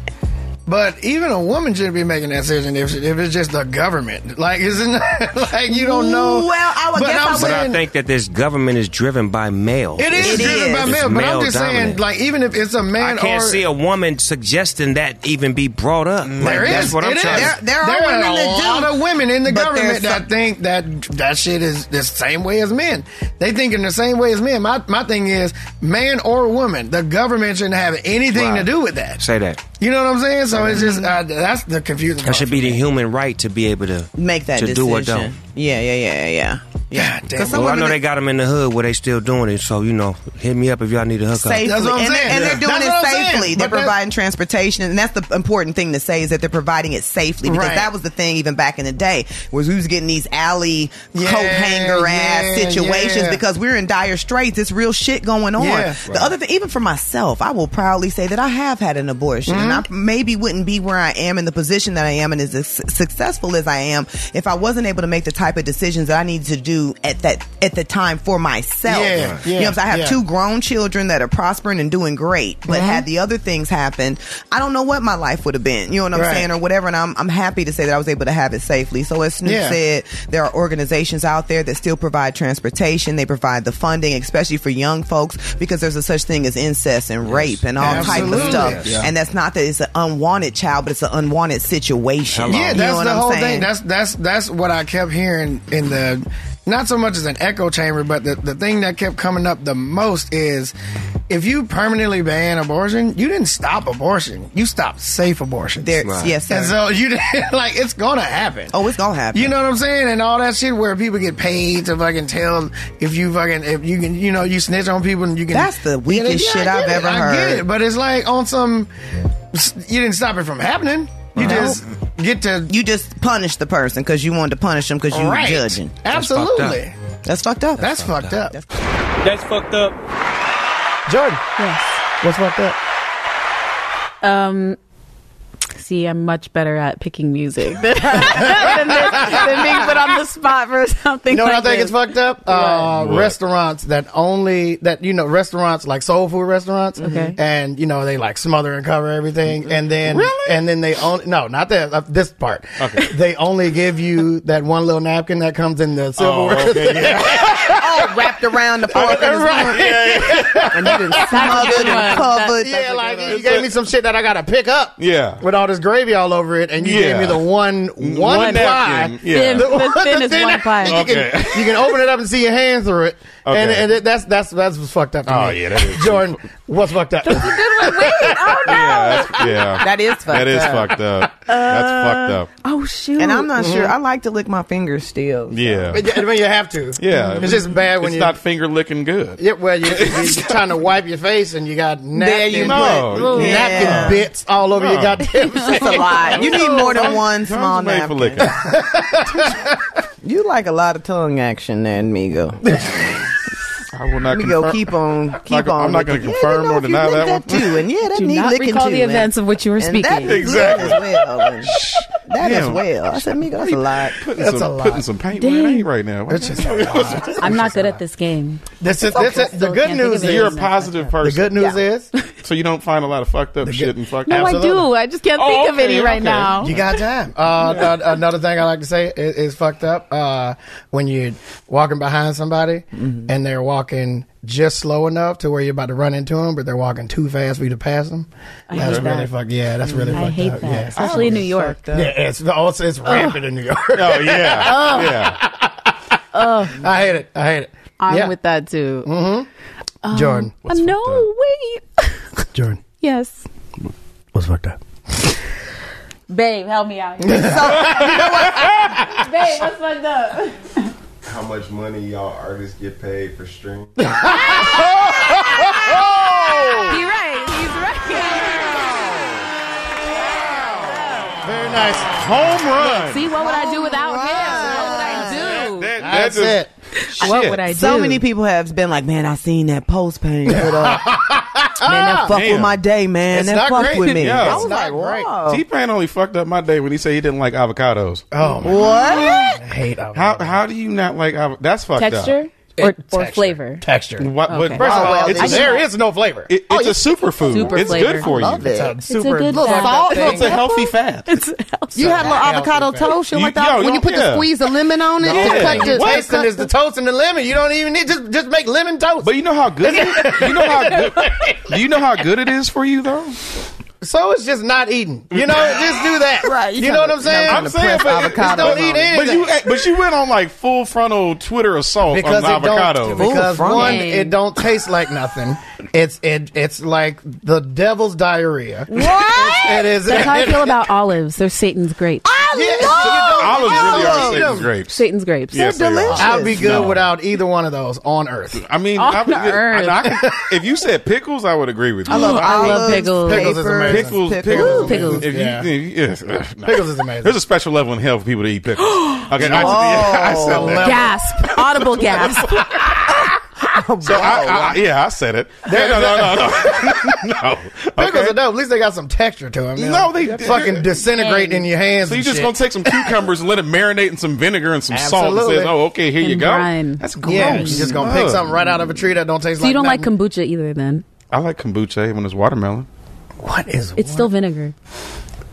A: but even a woman shouldn't be making that decision if, if it's just the government. Like, isn't like you don't know?
D: Well, I would
A: But
D: guess
A: I'm
D: I would-
K: But I
A: saying-
K: think that this government is driven by male.
A: It is
D: It
A: driven by
D: is.
A: male,
K: It's
A: but I'm just saying,
K: male-dominant.
A: like, even if it's a
K: I
A: man,
K: can't
A: or,
K: see a woman suggesting that even be brought up. Like,
A: Mm, There is.
K: that's what I'm
A: it
K: trying
A: is.
K: to
D: There- there are
A: a
D: women that do.
A: lot of women in the
D: But
A: government
D: there's
A: that
D: some-
A: think that that shit is the same way as men. They think in the same way as men. My my thing is, man or woman, the government shouldn't have anything to
K: Right.
A: do with that.
K: say that.
A: You know what I'm saying? So it's just
D: Mm-hmm.
A: uh, that's the confusing.
K: That should be the human right to be able to
D: Make that
K: to
D: decision.
K: do or don't.
D: Yeah, yeah, yeah, yeah. Yeah.
A: God damn
D: Because
A: it.
D: some
K: Well, I
D: women
K: know
D: that-
K: they got them in the hood where they still doing it. So you know, hit me up if y'all need a hookup.
D: safely.
A: That's what I'm
D: and, they-
A: saying.
D: and
A: Yeah.
D: they're doing
A: That's what I'm saying.
D: it safely. They're
A: But that's-
D: providing transportation, and that's the important thing to say is that they're providing it safely because
A: Right.
D: that was the thing even back in the day was we was getting these alley
A: Yeah,
D: coat hanger ass
A: yeah,
D: situations
A: yeah.
D: because we're in dire straits. It's real shit going on.
A: Yeah.
D: The other thing, even for myself, I will proudly say that I have had an abortion, and I
A: Mm-hmm.
D: maybe wouldn't be where I am in the position that I am and as su- successful as I am if I wasn't able to make the type of decisions that I needed to do do at that at the time for myself.
A: Yeah,
D: you know,
A: yeah,
D: what I'm saying? I have
A: yeah.
D: two grown children that are prospering and doing great, but
A: Mhm.
D: had the other things happened, I don't know what my life would have been. You know what I'm
A: Right.
D: saying, or whatever. And I'm I'm happy to say that I was able to have it safely. So as Snoop
A: Yeah.
D: said, there are organizations out there that still provide transportation. They provide the funding, especially for young folks, because there's a such thing as incest and rape and all type
A: Absolutely.
D: of stuff.
A: Yeah.
D: And that's not that it's an unwanted child, but it's an unwanted situation.
A: Yeah,
D: You
A: that's
D: know what
A: the
D: I'm
A: whole
D: saying?
A: thing. That's that's that's what I kept hearing in the not so much as an echo chamber, but the, the thing that kept coming up the most is if you permanently ban abortion, you didn't stop abortion. You stopped safe abortion.
D: There- Right. yes, sir.
A: And so you didn't- like it's gonna happen.
D: Oh, it's gonna happen.
A: You know what I'm saying? And all that shit where people get paid to fucking tell if you fucking if you can you know, you snitch on people and you can
D: That's the
A: Yeah,
D: weakest
A: I
D: shit
A: get
D: I've
A: it.
D: ever
A: I get
D: heard.
A: it, but it's like on some you didn't stop it from happening.
D: Uh-huh.
A: You just get to
D: you just punish the person because you wanted to punish them because you
A: Right.
D: were judging.
A: Absolutely.
D: That's fucked up.
A: That's fucked up.
H: That's fucked up.
J: Jordan,
L: Yes.
J: what's fucked up?
L: Um. See, I'm much better at picking music than, than, this- than being put on the spot for something.
A: You know what
L: like
A: I think
L: this.
A: is fucked up? Uh, restaurants that only that you know restaurants like soul food restaurants,
D: Mm-hmm.
L: Okay.
A: and you know they like smother and cover everything, and then and then they only no not that uh, this part. Okay. They only give you that one little napkin that comes in the silverware.
D: oh, wrapped around the fork and the
A: Right.
D: spoon. And you didn't smothered and covered.
A: Yeah, like you gave me some shit that I gotta pick up.
E: Yeah.
A: With all this gravy all over it, and you gave
E: Yeah.
A: me the one one,
E: One
A: pie.
E: napkin, yeah. Thin-
A: The,
E: the
L: thin is one pie.
A: You,
E: Okay.
A: can, you can open it up and see your hand through it.
E: Okay.
A: And, and it- that's that's that's what's fucked up. To
E: Oh,
A: me.
E: yeah, that is-
A: Jordan, what's fucked up? Oh.
E: Yeah, that's, yeah.
D: That is fucked
E: That is
D: up.
E: fucked up. that's fucked up.
L: Oh shoot!
D: And I'm not
A: Mhm.
D: sure. I like to lick my fingers still.
E: Yeah.
A: But you- when you have to.
E: Yeah.
A: Mm. It's just bad when
E: it's
A: you.
E: not finger licking good.
A: yeah, well, you, you're trying to wipe your face and you got napkin,
E: There you go.
A: little
E: Oh, Yeah. Oh.
A: napkin bits all over your
E: No.
A: goddamn.
D: That's a lot. You need more than
E: Tongues-
D: one small
E: tongues made for
D: napkin. You like a lot of tongue action, then, Migo.
E: I will not
D: Migo,
E: confirm-
D: keep on,
E: I'm
D: keep
E: not,
D: on.
E: I'm not going to
D: licking.
E: confirm or deny that,
D: that
E: one.
D: too, and yeah, that
L: Do
D: need
L: not
D: licking
L: recall
D: too,
L: the
D: and-
L: events of which you were
D: and
L: speaking.
D: that is good
E: Exactly.
D: as well. and That as
E: Damn.
D: well. I said, Migo, that's a lot.
E: Putting
A: That's
E: some,
A: a lot.
E: Putting some paint where it ain't right now.
A: It's just a lot.
L: I'm not good at this game.
A: That's it. That's it. The
L: So
A: good
L: can't think
A: news
L: of it.
A: is
E: You're a positive person.
A: The good news is
E: So you don't find a lot of fucked up shit and fucked
L: No,
E: up.
L: I do. I just can't
E: Oh,
L: think of
E: okay,
L: any right
E: okay.
L: now.
A: You got time. Uh, a- another thing I like to say is, is fucked up. Uh, when you're walking behind somebody
E: Mm-hmm.
A: and they're walking just slow enough to where you're about to run into them, but they're walking too fast for you to pass them.
L: I
A: that's
L: hate
A: really
L: that.
A: fucked. Yeah, that's
E: Mm,
A: really
L: I
A: fucked
L: hate
A: up.
L: that,
A: Yeah.
L: especially in New York.
A: Yeah, it's oh, it's, it's rampant in New York.
E: Oh yeah, yeah.
L: Oh,
A: I hate it. I hate it.
L: I'm
A: yeah.
L: with that too.
A: Mhm.
L: Um,
A: Jordan.
L: uh, no, wait.
A: Jordan,
L: yes,
A: what's fucked up?
L: babe, help me out. Here. babe, what's fucked up?
M: How much money y'all artists get paid for stream?
L: You're right. He's right.
A: Very nice.
E: Home run.
L: See, what would I do without him? What would I do?
E: That- that
A: That's
E: just-
A: it.
L: What
E: shit.
L: would I do?
D: So many people have been like, man, I seen that post pain. put up. man, that fuck with
E: Ah! Damn.
D: my day, man.
A: It's
D: that
A: not
D: fuck
A: great.
D: with me.
E: Yeah.
D: I
E: It's
D: was like,
A: not great.
D: wow.
E: T Pain only fucked up my day when he said he didn't like avocados.
A: Oh, my
D: What?
A: I hate avocados.
E: How how do you not like avo- that's fucked
L: Texture
E: up?
L: or, or
A: Texture.
L: flavor?
A: Texture.
E: What,
L: Okay.
E: But first of
D: Oh, well,
E: all, it's,
D: I
E: a,
D: should-
A: There is no flavor.
E: it-
D: Oh,
E: it's a superfood.
L: Super
E: it's
L: flavor.
E: good for you.
D: Love it.
A: a
L: It's a
A: super
L: good
A: look.
L: salt.
E: It's a healthy fat.
L: It's healthy.
N: You had a little
A: Healthy
N: avocado
A: fat.
N: toast. You
E: You-
N: like that
E: yo,
N: when you put the
E: yeah.
N: squeeze of lemon on it.
E: Yeah.
N: to cut
A: Like
N: the,
A: the
N: to
A: toast
N: cut
A: and is the toast and the lemon. You don't even need just just make lemon toast.
E: But you know how good it is? you know how good Do you know how good it is for you though?
A: So it's just not eating. You know, just do that.
D: Right,
A: You,
D: you
A: know what
D: kinda-
A: I'm saying?
D: I'm saying,
E: but
A: it-
E: it-
A: it just don't eat
E: But
A: anything.
E: you eh, but you went on like full frontal Twitter assault
A: because
E: on
A: it
E: avocado.
A: don't because
D: Full
A: one
L: frontal.
A: it don't taste like nothing. It's it it's like the devil's diarrhea.
N: What?
A: It is. Ah!
L: That's how I
A: it-
L: feel about olives. They're Satan's grapes.
A: Yeah,
E: Olives really are
A: Eat
E: Satan's
A: them.
E: grapes.
L: Satan's grapes.
E: Yes, they are.
D: delicious.
A: I'll be good
E: No.
A: without either one of those on Earth.
E: I mean,
L: On
E: I would-
L: earth.
E: I- I could- if you said pickles, I would agree with you.
D: I love,
L: I love
D: olives,
L: pickles.
A: Pickles is amazing.
D: capers,
E: pickles. Pickles.
L: Ooh,
E: is
L: pickles.
E: amazing. If you,
A: Yeah.
E: if you- yes, ugh, no.
A: Pickles is amazing.
E: There's a special level in hell for people to eat pickles. okay, I,
A: Oh,
D: Whoa.
E: I said that.
A: Level.
L: Gasp. Audible gasp.
E: So I, I, yeah, I said it.
A: Oh, There-
E: no, no, no, no, no.
A: Pickles are dope. At least they got some texture to them.
E: No, they
A: fucking disintegrate in your hands.
E: So you
A: and
E: just
A: shit.
E: gonna take some cucumbers and let it marinate in some vinegar and some salt and
A: Absolutely.
E: says, "Oh, okay, here you go." That's gross.
A: Yeah, you just gonna pick something right out of a tree that don't taste
L: So
A: like.
L: you don't like
A: nothing.
L: kombucha either, then?
E: I like kombucha when it's watermelon.
A: What is?
L: It's still vinegar.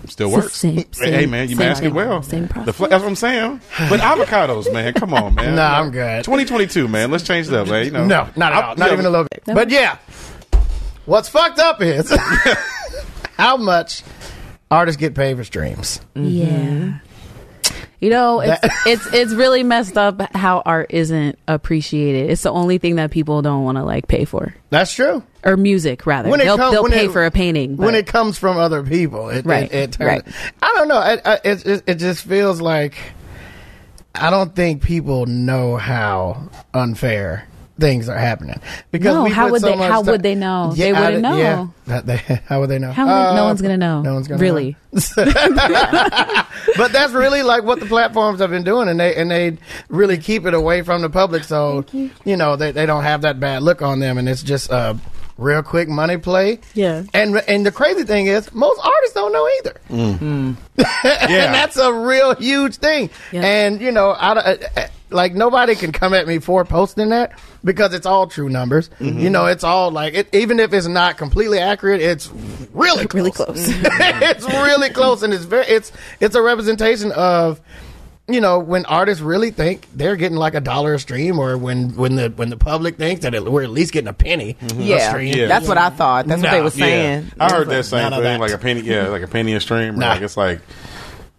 E: Still
L: It's the
E: works.
L: same-
E: hey
L: same-
E: man, you
L: same
E: masked it
L: argument,
E: well.
L: same
E: The fl- that's what I'm saying. But avocados, man, come on, man.
A: Nah, I'm good.
E: 2022, man. Let's change that, man. You know,
A: No, not at
E: I-
A: all. Not
E: yeah,
A: even a little bit. But yeah, what's fucked up is how much artists get paid for streams.
L: Yeah. You know, it's, it's it's really messed up how art isn't appreciated. It's the only thing that people don't want to like pay for,
A: That's true.
L: or music rather.
A: When it
L: they'll
A: come-
L: they'll
A: when
L: pay
A: it-
L: for a painting.
A: when
L: but-
A: it comes from other people. It,
L: Right,
A: It, it
L: right.
A: turns, I don't know. I, I, it, it, it just feels like I don't think people know how unfair things are happening because
L: No,
A: we
L: how
A: put
L: would
A: so
L: they-
A: much
L: how
A: ti-
L: would they know? They
A: I
L: wouldn't
A: di- Yeah,
L: know.
A: That they- how would they know?
L: How would- no
A: Uh,
L: one's gonna know.
A: No one's gonna
L: really.
A: but that's really like what the platforms have been doing, and they and they really keep it away from the public, so you. know they, they don't have that bad look on them, and it's just a real quick money play.
L: Yeah,
A: and and the crazy thing is, most artists don't know either.
N: Mm.
A: and that's a real huge thing. And you know, I, don't- uh, uh, like nobody can come at me for posting that because it's all true numbers.
E: Mm-hmm.
A: You know, it's all like it, even if it's not completely accurate, it's really close. really close. it's really close, and it's very it's it's a representation of. You know when artists really think they're getting like a dollar a stream, or when when the when the public thinks that it, we're at least getting a penny a
D: Yeah.
A: stream.
D: Yeah. That's what I thought. That's what they
A: Nah.
D: were saying.
E: Mm-hmm. I heard that same
A: None of
E: thing, like a penny, yeah, like a penny a stream. or
A: Nah.
E: Like it's like,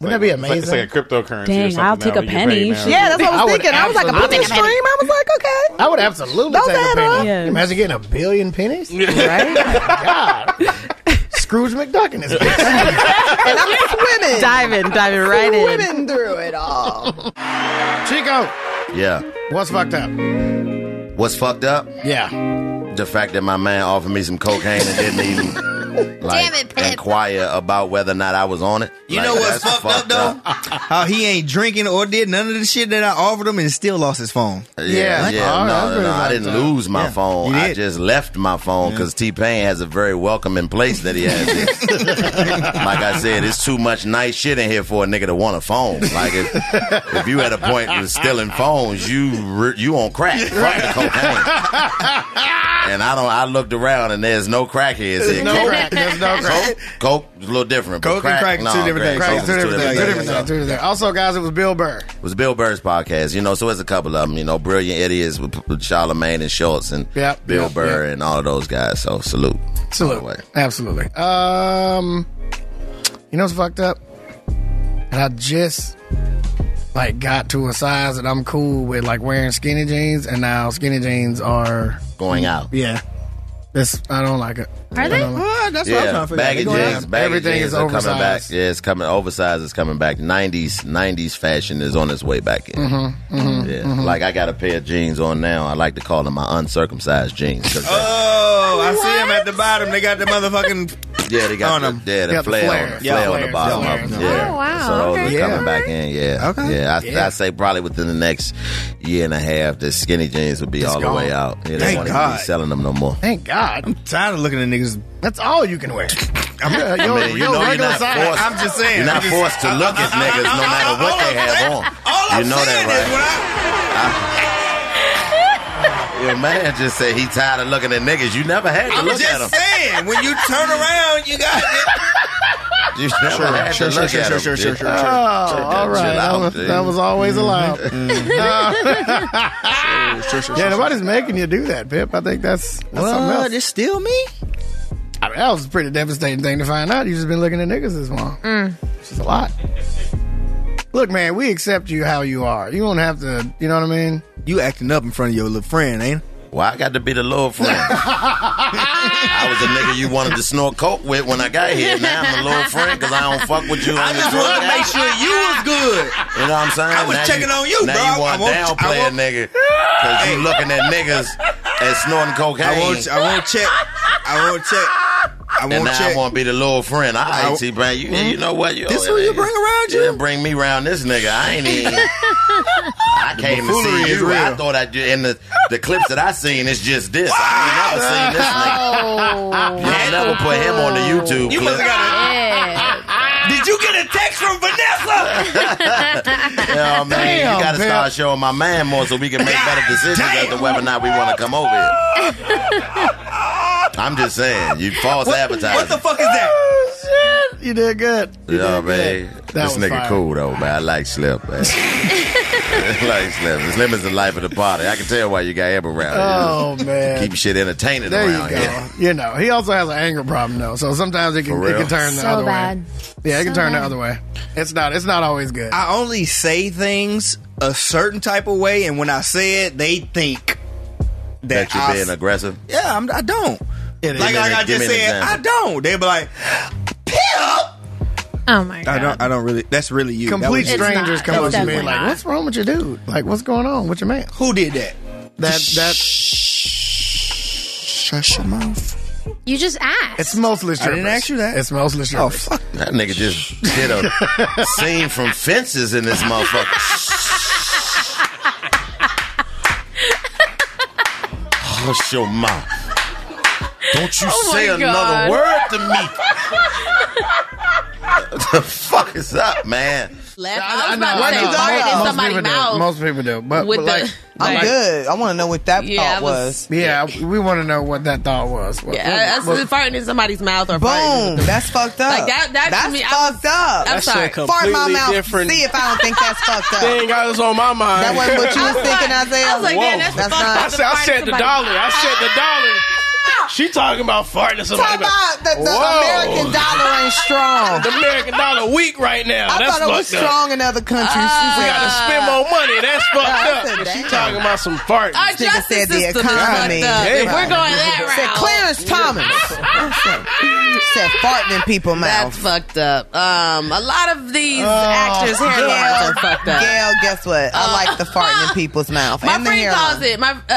A: Wouldn't that be
E: it's like-
A: amazing?
E: It's like a cryptocurrency. or
L: Dang,
E: something
L: I'll take
E: now
L: a
E: that you get paid
L: penny.
E: now.
D: Yeah, that's what I was
A: would
D: thinking. I was like, a
A: absolutely-
D: penny stream. I was like, okay.
A: I would absolutely
D: Don't
A: take
D: add
A: a
D: up.
A: penny.
D: Yeah.
A: Imagine getting a billion pennies, right? Oh God, Scrooge McDuck in his bitch.
D: and I'm swimming.
L: Diving, diving right in.
D: Swimming through it all.
A: Chico,
O: Yeah.
A: what's fucked up?
O: What's fucked up?
A: Yeah.
O: The fact that my man offered me some cocaine and didn't even like, inquire about whether or not I was on it.
P: You
O: Like,
P: know what's
O: that's
P: fucked, up though? How he ain't drinking or did none of the shit that I offered him and still lost his phone.
O: Yeah, yeah, no, no, no, I didn't lose my
P: Yeah,
O: phone.
P: you
O: I
P: did.
O: just left my phone because T Pain has a very welcoming place that he has. here. like I said, it's too much nice shit in here for a nigga to want a phone. Like if, if you at a point of stealing phones, you re- you on crack, Fuck the cocaine. and I don't. I looked around and there's no crackheads here.
A: no crack. There's no crack.
O: Coke, coke is a little different. but
P: Coke and crack is two
O: no,
P: different
O: crack-
A: Crack
O: Coke
A: is two
O: is
A: different things. Two different
O: So-
A: things. Two different things. Also, guys, it was Bill Burr.
O: it was Bill Burr's podcast, you know. So it's a couple of them, you know, brilliant idiots with, with Charlemagne and Schultz and
A: Yep,
O: Bill
A: yep,
O: Burr and all of those guys. So salute,
A: Salute. Absolutely. Um, you know what's fucked up? And I just like got to a size that I'm cool with, like wearing skinny jeans, and now skinny jeans are
O: going out.
A: Yeah, this I don't like it. I don't like-
O: yeah, baggy jeans, baggy
A: Everything
O: jeans
A: is
O: are coming back.
A: oversized.
O: Yeah, it's coming. Oversized is coming back. Nineties, nineties fashion is on its way back in.
A: Mm-hmm, mm-hmm,
O: Yeah, like I got a pair of jeans on now. I like to call them my uncircumcised jeans. 'cause they-
P: Oh, I see him at the bottom. They got the motherfucking.
O: yeah, they got the, yeah, the
P: Got the
O: flare,
P: flare.
O: on, the
P: Yeah,
O: flare on the
P: flares,
O: bottom
P: yeah.
O: of them.
P: Oh,
O: Yeah.
P: wow,
O: So those
P: okay.
O: are coming back in. Yeah. Okay. Yeah. I,
P: Yeah.
O: I say probably within the next year and a half, the skinny jeans will be all the way out. Yeah, they
P: Thank
O: won't even
P: God.
O: be selling them no more.
A: Thank God.
P: Tired of looking at niggas.
A: That's all you can wear. I'm,
O: I mean, you know you're not forced.
P: I'm just saying.
O: You're not
P: I'm just-
O: forced to look at niggas no matter what they have on. you know that, right? I- Your man just said he tired of looking at niggas. You never had to
P: I'm
O: look
P: just
O: at them.
P: saying. When you turn around, you got
O: You never
P: Sure,
O: had
P: sure,
O: to
P: sure,
O: look
P: sure,
O: at
P: sure,
O: them.
P: sure, sure,
O: bitch.
P: sure,
A: Oh, all
O: Chill
A: right. That
O: out,
A: was,
O: dude. Mm-hmm.
A: that was always Uh, allowed.
P: it. Sure,
A: yeah, nobody's making you do that, Pip. I think that's, that's something else.
P: It's still me.
A: I mean, that was a pretty devastating thing to find out. You just been looking at niggas this long. It's just a lot. Look, man, we accept you how you are. You don't have to. You know what I mean?
P: You acting up in front of your little friend, ain't?
O: Well, I got to be the little friend. I was a nigga you wanted to snort coke with when I got here. Now I'm a little friend because I don't fuck with you.
P: I
O: on your
P: just
O: drug
P: wanted to make sure you was good.
O: You know what I'm saying?
P: I was checking on you,
O: now
P: bro.
O: you want
P: I won't-
O: to downplay a nigga because you looking at niggas and snorting cocaine.
P: I won't. I won't check. I won't check. I
O: and
P: won't
O: now I
P: check.
O: want to be the little friend. All right,
P: I- Mm-hmm.
O: T Pain. You, you know what? You,
P: This who you bring around
O: you? didn't bring me around this nigga. I ain't even. I came to
P: buffoonery
O: see
P: is
O: you. I
P: real.
O: thought I did. In the, the clips that I seen, it's just this. I ain't never seen this nigga. You ain't never put him on the YouTube clip.
P: Did you get a text from Vanessa?
O: You know what I mean?
P: Damn,
O: you gotta
P: pimp.
O: start showing my man more so we can make better decisions as to whether or not we want to come over here. I'm just saying, you false advertising.
P: What the fuck is that?
A: Shit, you did good.
O: You know what I mean? This
A: was
O: nigga
A: fire.
O: cool though, man. I like Slim, man. I like Slim. Slim is the life of the party. I can tell why you got him around.
A: Oh
O: here.
A: man.
O: Keep shit entertaining
A: There you
O: around
A: go.
O: here.
A: You know, he also has an anger problem though, so sometimes it can
O: For
A: it
O: real?
A: can turn the
O: So
A: other
O: bad.
A: way. Yeah, it can
O: So
A: turn
O: bad.
A: the other way. It's not. It's not always good.
P: I only say things a certain type of way, and when I say it, they think
O: That, you're
P: I-
O: being aggressive.
P: Yeah, I'm, I don't.
O: give
P: like
O: me
P: like
O: an-
P: I
O: give
P: just
O: me an
P: said, I
O: example.
P: don't. They be like,
L: Oh my
P: I don't. I don't really. That's really you. That
A: Complete
P: was you.
A: strangers
P: That
A: come up
P: was
A: to
P: you.
A: me like, "What's wrong with your dude? Like, what's going on with your man?
P: Who did that?
A: That that
P: shut your mouth."
N: You just asked.
A: It's mostly
P: I
A: strippers.
P: didn't ask you that.
A: It's mostly strippers.
O: That nigga just did a scene from Fences in this motherfucker. Hush your mouth. Don't you
N: Oh my
O: say
N: God.
O: another word to me. the fuck is up, man?
N: Left.
A: I
N: I was
A: know,
N: about to
A: I
N: say
A: know.
N: fart
A: Most
N: in somebody's
A: people do.
N: mouth.
A: Most people do, but,
N: with the-
A: but like,
N: I'm
A: like-
D: good. I want to know what that
N: Yeah, I
D: thought
N: was-
D: was.
A: Yeah, we want to know what that thought was. What- what-
N: Yeah, that's
A: what-
N: farting in somebody's mouth or
D: Boom. That's fucked up.
N: Like that. That
D: that's
N: to me, I was-
D: fucked up.
N: I'm That shit sorry.
D: Fart in my
N: completely
D: mouth.
N: different.
D: See if I don't think that's fucked up.
E: Dang, I was on my mind.
D: That wasn't what you was thinking, Isaiah.
N: I was like, damn, that's fucked
E: I
N: up.
E: said, I said the dollar. I said the dollar. She talking about farting or something.
D: Talk about the, the
E: Whoa.
D: American dollar ain't strong.
E: The American dollar weak right now.
D: I
E: That's
D: thought it was
E: fucked up.
D: strong in other countries.
E: we gotta spend more money. That's
D: I
E: fucked
D: said,
E: up. She
D: damn.
E: talking about some farting.
N: Our justice
D: said the
N: system is fucked
D: economy.
N: up. If
E: Yeah.
N: We're going that
D: Said
N: route.
D: Clarence Thomas. said farting in people's
N: That's
D: mouth.
N: fucked up. Um, a lot of these
A: Oh,
N: actors'
D: Oh, Gail,
N: hairlines are fucked up.
D: Gail, guess what? I like the farting in people's mouth.
N: My
D: and the
N: friend
D: hairline.
N: calls it. My uh, uh, I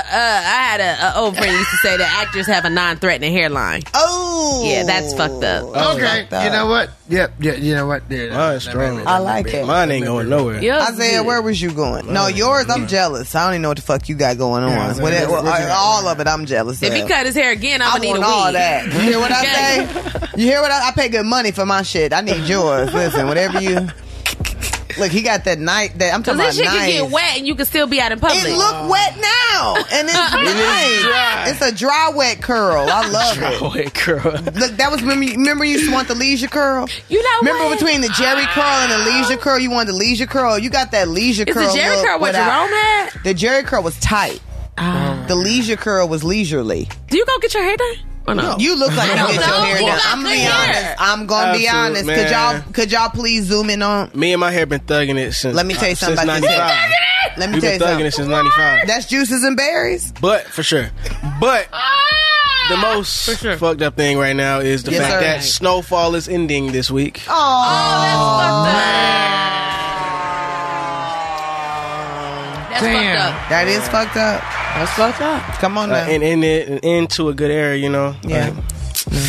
N: had a, a old friend used to say that actors have a non-threatening hairline.
D: Oh,
N: yeah, that's fucked up.
A: okay, you know what? Yep, yeah, you know what? Yeah, Mine's
J: strong.
D: I like it.
J: Mine ain't going nowhere.
N: Yours
D: Isaiah,
N: good.
D: where was you going? No, yours. I'm jealous. I don't even know what the fuck you got going on.
J: Yeah, Isaiah,
D: Whatever-
J: what- what you got
D: all of it, I'm jealous.
N: If
D: of.
N: he cut his hair again, I'm
D: I
N: gonna need a
D: want
N: wig.
D: all that. You hear what I
N: Okay.
D: say? You hear what I, I pay good money for my shit. I need yours. Listen, whatever you look, he got that night that I'm
N: Cause
D: talking about.
N: this shit can get
D: nice.
N: wet and you can still be out in public.
D: It look wet now, and it's nice.
N: dry.
D: It's a dry wet curl. I love it. Look, that was remember. you- Remember, you used to want the leisure curl.
N: You know
D: Remember
N: what?
D: between the Jerry curl and the leisure curl, you wanted the leisure curl. You got that leisure
N: Is the
D: curl.
N: Jerry
D: look
N: curl what
D: without-
N: Jerome had? Ah.
D: The Jerry curl was tight. The leisure curl was leisurely.
N: Do you go get your hair done? Or Oh, no?
D: You look like
N: I
D: you
N: don't
D: get your
N: know.
D: hair
N: You
D: done.
N: got
D: I'm gonna
N: good
D: be honest.
N: hair.
D: I'm gonna be
E: Absolute,
D: honest. Could
E: man.
D: y'all could y'all please zoom in on?
E: Me and my hair been thugging it since.
D: Let me tell you
E: uh,
D: something
E: since
D: about this hair.
E: 95.
D: Let me
E: We've
D: tell you
E: been thugging
D: something.
E: it since '95.
D: That's juices and berries.
E: But for sure, but
N: Ah!
E: the most fucked up thing right now is the
D: Yes,
E: fact
D: sir.
E: that snowfall is ending this week.
D: Oh,
N: Oh,
D: that's
N: That's fucked up.
D: That is fucked up.
N: That's fucked up.
D: Come on
E: Uh,
D: now.
E: and end it and end to a good era, you know.
D: Yeah.
E: Like,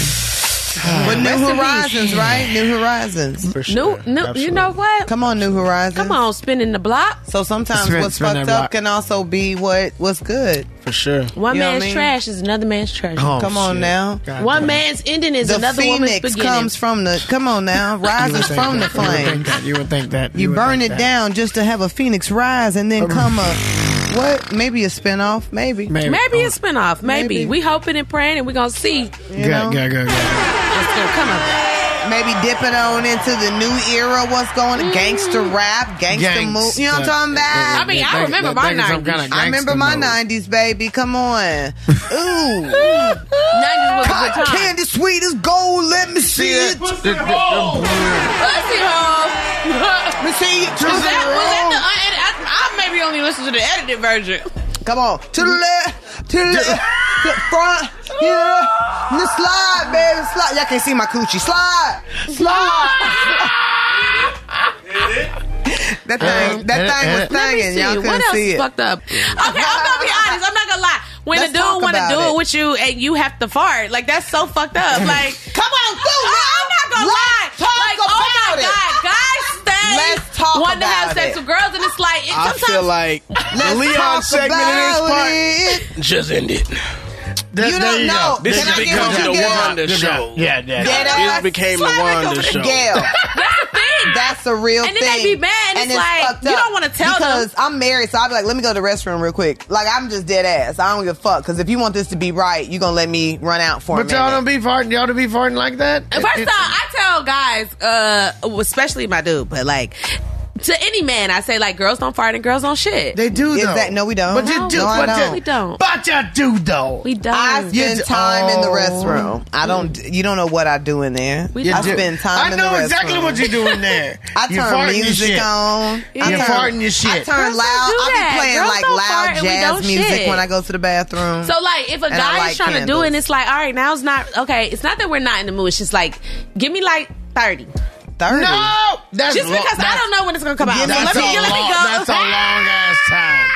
D: But New
N: Rest in peace.
D: Horizons, right? New Horizons.
E: for sure.
N: No, no, you know what?
D: Come on, New Horizons.
N: Come on, spinning the block.
D: So sometimes
A: Spin-
D: what's
A: spin
D: fucked
A: that
D: up
A: block.
D: can also be what what's good.
E: for sure.
N: One
D: You know what
N: man's
D: I mean?
N: trash is another man's treasure.
D: Come on now.
N: One man's ending is
D: the
N: another woman's
D: phoenix
N: beginning.
D: comes from the. Come on now, rises from the flame.
A: You would think that.
D: You
A: would
D: burn
A: think
D: it
A: that. Um.
D: down just to have a phoenix rise and then come a what? Maybe a spinoff. Maybe.
A: Maybe.
N: Maybe a spinoff. Maybe.
D: Maybe.
N: We hoping and praying and we're gonna see.
D: You
A: Good,
D: know?
A: good, good, good.
N: It's gonna come up.
D: Maybe dipping on into the new era. What's going? on? Gangster rap, gangster
A: Gangsta.
D: move. You know what I'm
A: uh,
D: talking about?
N: Mm. I mean, I remember my
A: think it's some
N: 90s.
A: kinda
D: I remember my
A: gangster mode.
D: '90s, baby. Come on, ooh,
N: Nineties was a good
D: cotton
N: time.
D: candy sweet as gold. Let me see it. Let
A: The- the- the-
N: Pussy hole.
D: me see it. To
N: Was that,
D: the uh,
N: was that the
D: wrong.
N: unedited? I, I maybe only listened to the edited version.
D: Come on, to the left, to the left, to the front, yeah. And the slide, baby, slide. Y'all can't see my coochie. Slide, slide. that thing, that
A: eh,
D: thing
A: eh.
D: was
N: Let me
D: thangin'.
N: see.
D: Y'all couldn't
N: what else
D: see
N: is
D: it.
N: fucked up? Okay, I'm gonna be honest. I'm not gonna lie. When
D: Let's
N: a
D: talk
N: dude want to
D: about
N: do it.
D: it.
N: with you and you have to fart, like that's so fucked up. Like,
D: Come
N: gonna
D: Let's
N: lie.
D: talk
N: like, oh my
D: about it.
N: god, guys stay
D: Let's talk
N: want to have
D: about
N: sex
D: it.
N: with girls, and it's like it,
A: I
N: sometimes
A: feel like
N: Let's
A: Leon
N: talk
A: segment of
N: about
A: this part
D: it.
A: just ended.
D: You don't know.
C: This
D: Can I get
C: has become
D: what you
C: the
D: get?
C: Wanda show.
A: Yeah,
D: yeah. Yeah, that's
C: This
D: right.
C: became the Wanda show.
D: Gail. That's a real
N: And
D: thing.
N: then they be mad, and it's like,
D: fucked
N: you
D: up
N: don't wanna tell them.
D: because I'm married, so I'll be like, let me go to the restroom real quick. Like I'm just dead ass. I don't give a fuck. Because if you want this to be right, you gonna let me run out for
A: But
D: a
A: y'all
D: minute.
A: don't be farting. Y'all don't be farting like that.
N: First off, I tell guys, uh, especially my dude, but like to any man, I say like girls don't fart and girls don't shit.
A: They do
D: Is though. that- no, we don't.
A: But you
D: No,
A: do.
D: no, I
A: but
D: don't.
A: You,
D: We
N: don't.
A: But you do though.
N: We don't.
D: I spend
A: You-
D: time in the
A: oh.
D: restroom. I don't. You don't know what I do in there.
A: You
D: I
A: do.
D: spend time.
A: I
D: in the
A: know exactly
D: restroom.
A: what you do in there.
D: I
A: You
D: turn
A: farting your
D: music
A: shit.
D: on.
A: You
D: I turn,
A: farting your shit.
D: I turn
N: Girls don't
D: loud.
N: do
D: I
N: that.
D: be playing
N: Girls
D: like
N: don't fart
D: loud
N: and we
D: jazz
N: don't
D: music
N: shit.
D: when I go to the bathroom.
N: So like if a
D: And I
N: guy
D: light
N: is trying to do it and
D: candles.
N: it's like, all right, now it's not okay, it's not that we're not in the mood. It's just like, give me like thirty.
D: 30.
A: No, that's
N: just
A: lo-
N: because I
A: that's-
N: don't know when
D: Oh,
N: it's gonna come out. So
A: That's
N: let me
A: a
N: let me
A: long-
N: go.
A: That's a long ass time.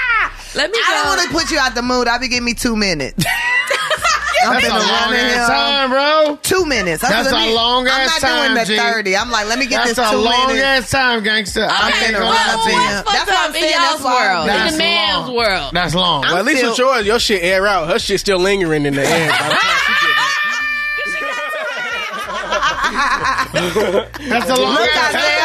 N: Let me go.
D: I don't want to put you out the mood. I be giving me two minutes. I'm
A: That's
D: finna
A: a
D: run
A: long
D: in
A: ass
D: here.
A: time, bro.
D: Two minutes. I
A: That's
D: said, let
A: a
D: me-
A: long
D: I'm
A: ass
D: not doing
A: time,
D: the
A: G.
D: 30. I'm like, let me get
A: That's
D: this
A: a
D: two
A: long
D: minutes.
A: ass time, gangster. I'm
D: Okay,
A: finna
D: well,
A: run up in
D: well,
A: here.
D: That's what I'm
N: in
D: saying.
N: y'all's
D: That's why I'm
N: world.
D: mad.
N: in the man's world.
A: That's long.
J: Well, at least with yours, your shit air out. Her shit still lingering in the air. by the time she get back.
A: That's a long
D: Look
A: ass
D: out
A: time,
D: there.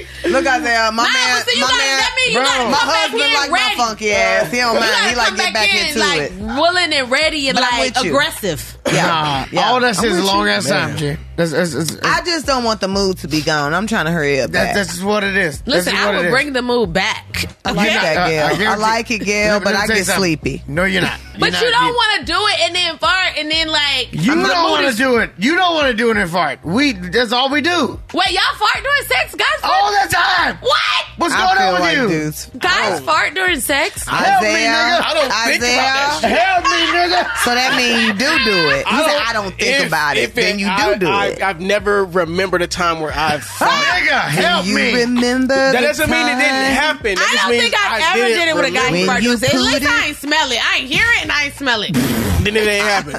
A: G.
D: Look out there. My
N: Nah,
D: man.
N: but see, you
D: my
N: gotta-
D: man.
N: that mean you gotta
D: my
N: come back
D: husband
N: in
D: like
N: ready.
D: my funky ass. He don't
N: You
D: mind.
N: gotta
D: He like
N: come
D: get back
N: in,
D: into
N: like,
D: it.
N: willing and ready and
D: But I'm
N: like
D: with you.
N: aggressive.
A: Nah,
D: Yeah.
A: all that's
D: I'm
A: is
D: with
A: long
D: you.
A: ass time, G. That's, that's, that's,
D: I just don't want the mood to be gone. I'm trying to hurry up.
A: that's,
D: back.
A: that's what it is. That's
N: Listen,
A: what
N: I
A: it
N: would
A: is.
N: bring the mood back.
D: I like that, Gail. I, like it, Gail,
A: Let me-
D: but
A: let me
D: I
A: tell you
D: get
A: something.
D: sleepy.
A: No, you're not.
N: But
A: You're
N: you
A: not-
N: don't want to do it and then fart and then like
A: You
N: the
A: don't
N: mood
A: want
N: is-
A: to do it. You don't want to do it in fart. We that's all we do
N: Wait, y'all fart during sex, guys?
A: all the time.
N: What?
A: What's
D: I
A: going
D: feel
A: on with
D: like
A: you?
D: dudes. Oh.
N: Guys fart during sex?
A: Help me,
D: Isaiah.
A: nigga. I don't
D: Isaiah.
A: think about that. Help me, nigga.
D: So that means you do do it. You said I don't think
J: if-
D: about it.
J: if
D: Then you do
J: I,
D: do
J: I,
D: it.
J: I've never remembered a time where I've.
A: Nigga, help
D: you
A: me.
D: remember
J: that
D: the
J: doesn't mean it didn't
D: time
J: happen. That
N: I
J: just
N: don't
J: means
N: think I,
J: I
N: ever
J: didn't
N: did it with a guy
J: remember.
N: who
D: When you
N: farted during sex. At
D: pooed
N: least
D: it?
N: I ain't smell it. I ain't hear it and I ain't smell it.
J: Then it ain't happen.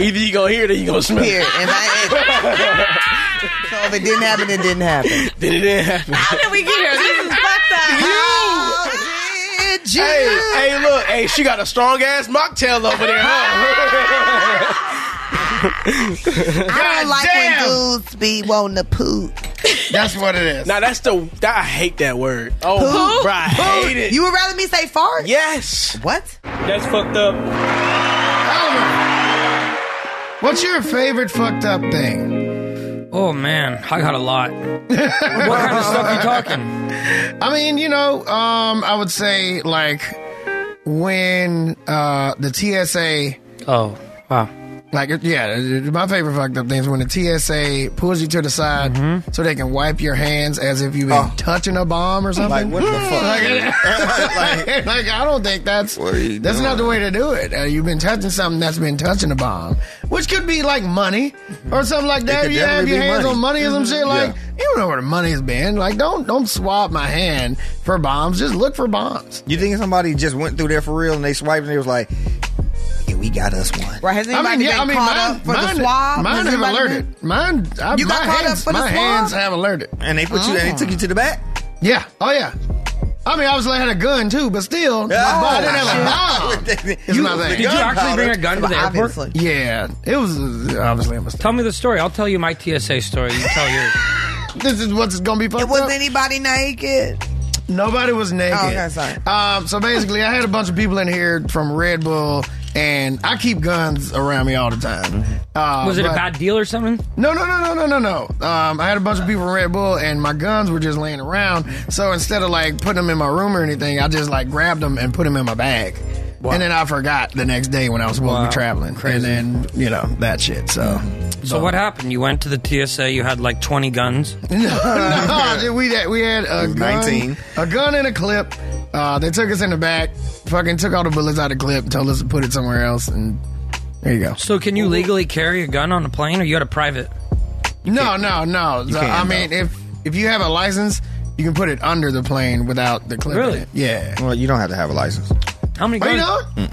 J: Either you gonna hear it or you gonna smell
D: Here,
J: it.
D: if I- so if it didn't happen, it didn't happen.
J: Then it didn't happen.
N: How did we get here? This is fucked up.
D: How did you?
J: Hey, hey, look, hey, she got a strong ass mocktail over there, huh?
D: I don't like
A: damn.
D: when dudes be wanting to poop.
A: That's what it is.
J: now that's the that, I hate that word. Oh,
D: Poop?
J: bro, I hate it.
D: You would rather me say fart?
J: yes,
D: What?
H: That's fucked up.
A: Elmer, What's your favorite fucked up thing?
Q: Oh man, I got a lot. what kind of stuff you talking?
A: I mean, you know, um, I would say like when uh, the TSA,
Q: Oh wow.
A: like yeah, my favorite fucked up thing is when the TSA pulls you to the side
Q: Mm-hmm.
A: so they can wipe your hands as if you've been
O: Oh.
A: touching a bomb or something.
P: Like, what the fuck?
A: like, like, I don't think that's
O: What are you
A: that's
O: doing?
A: not the way to do it. Uh, you've been touching something that's been touching a bomb, which could be like money or something like that.
O: could
A: You have
O: definitely
A: your
O: be
A: hands
O: money. Mm-hmm.
A: on money or some shit. Like you don't know where the money's been. Like don't don't swab my hand for bombs. Just look for bombs.
F: You think somebody just went through there for real and they swiped and they was like, yeah, we got us one.
D: Right? Has
A: I
D: anybody
A: mean, yeah, I
D: been
A: mean,
D: caught
A: mine,
D: up for
A: mine,
D: the swab?
A: mine
D: Has
A: have
D: anybody been-
A: alerted. Mine, I,
D: You got
A: my
D: caught up
A: hands,
D: for the
A: my
D: swab?
A: hands have alerted.
F: And they put you and they took you to the back?
A: Yeah, oh yeah. I mean, obviously I had a gun too, but still, my
F: Yeah.
D: Oh,
A: ball- I didn't have a bomb. It's
F: You-
A: my thing.
Q: Did you actually bring a gun to the airport?
D: Obviously.
A: Yeah, it was uh, obviously a mistake.
Q: Tell me the story. I'll tell you my TSA story. You tell yours.
A: This is what's gonna be
D: It
A: fucked up.
D: was anybody naked?
A: Nobody was naked.
D: Oh, okay, sorry.
A: Um, so basically, I had a bunch of people in here from Red Bull, and I keep guns around me all the time. Uh,
Q: Was it a
A: but-
Q: bad deal or something?
A: No, no, no, no, no, no, no. Um, I had a bunch of people from Red Bull, and my guns were just laying around. So instead of like putting them in my room or anything, I just like grabbed them and put them in my bag. And then I forgot the next day when I was supposed to
Q: Wow.
A: be traveling.
Q: Crazy.
A: And then, you know, that shit. So,
Q: So what happened? You went to the TSA. You had like 20 guns.
A: no, dude, Uh, we had we had a gun,
P: 19.
A: a gun and a clip. Uh, they took us in the back, fucking took all the bullets out of the clip, told us to put it somewhere else, and there you go.
Q: So can you legally carry a gun on a plane, or you had a private?
A: No, Oh, no, no. So,
P: can,
A: I mean, if if you have a license, you can put it under the plane without the clip. in
Q: Really?
A: it. Yeah.
P: Well, you don't have to have a license.
Q: How many
A: But you
Q: guns?
A: know,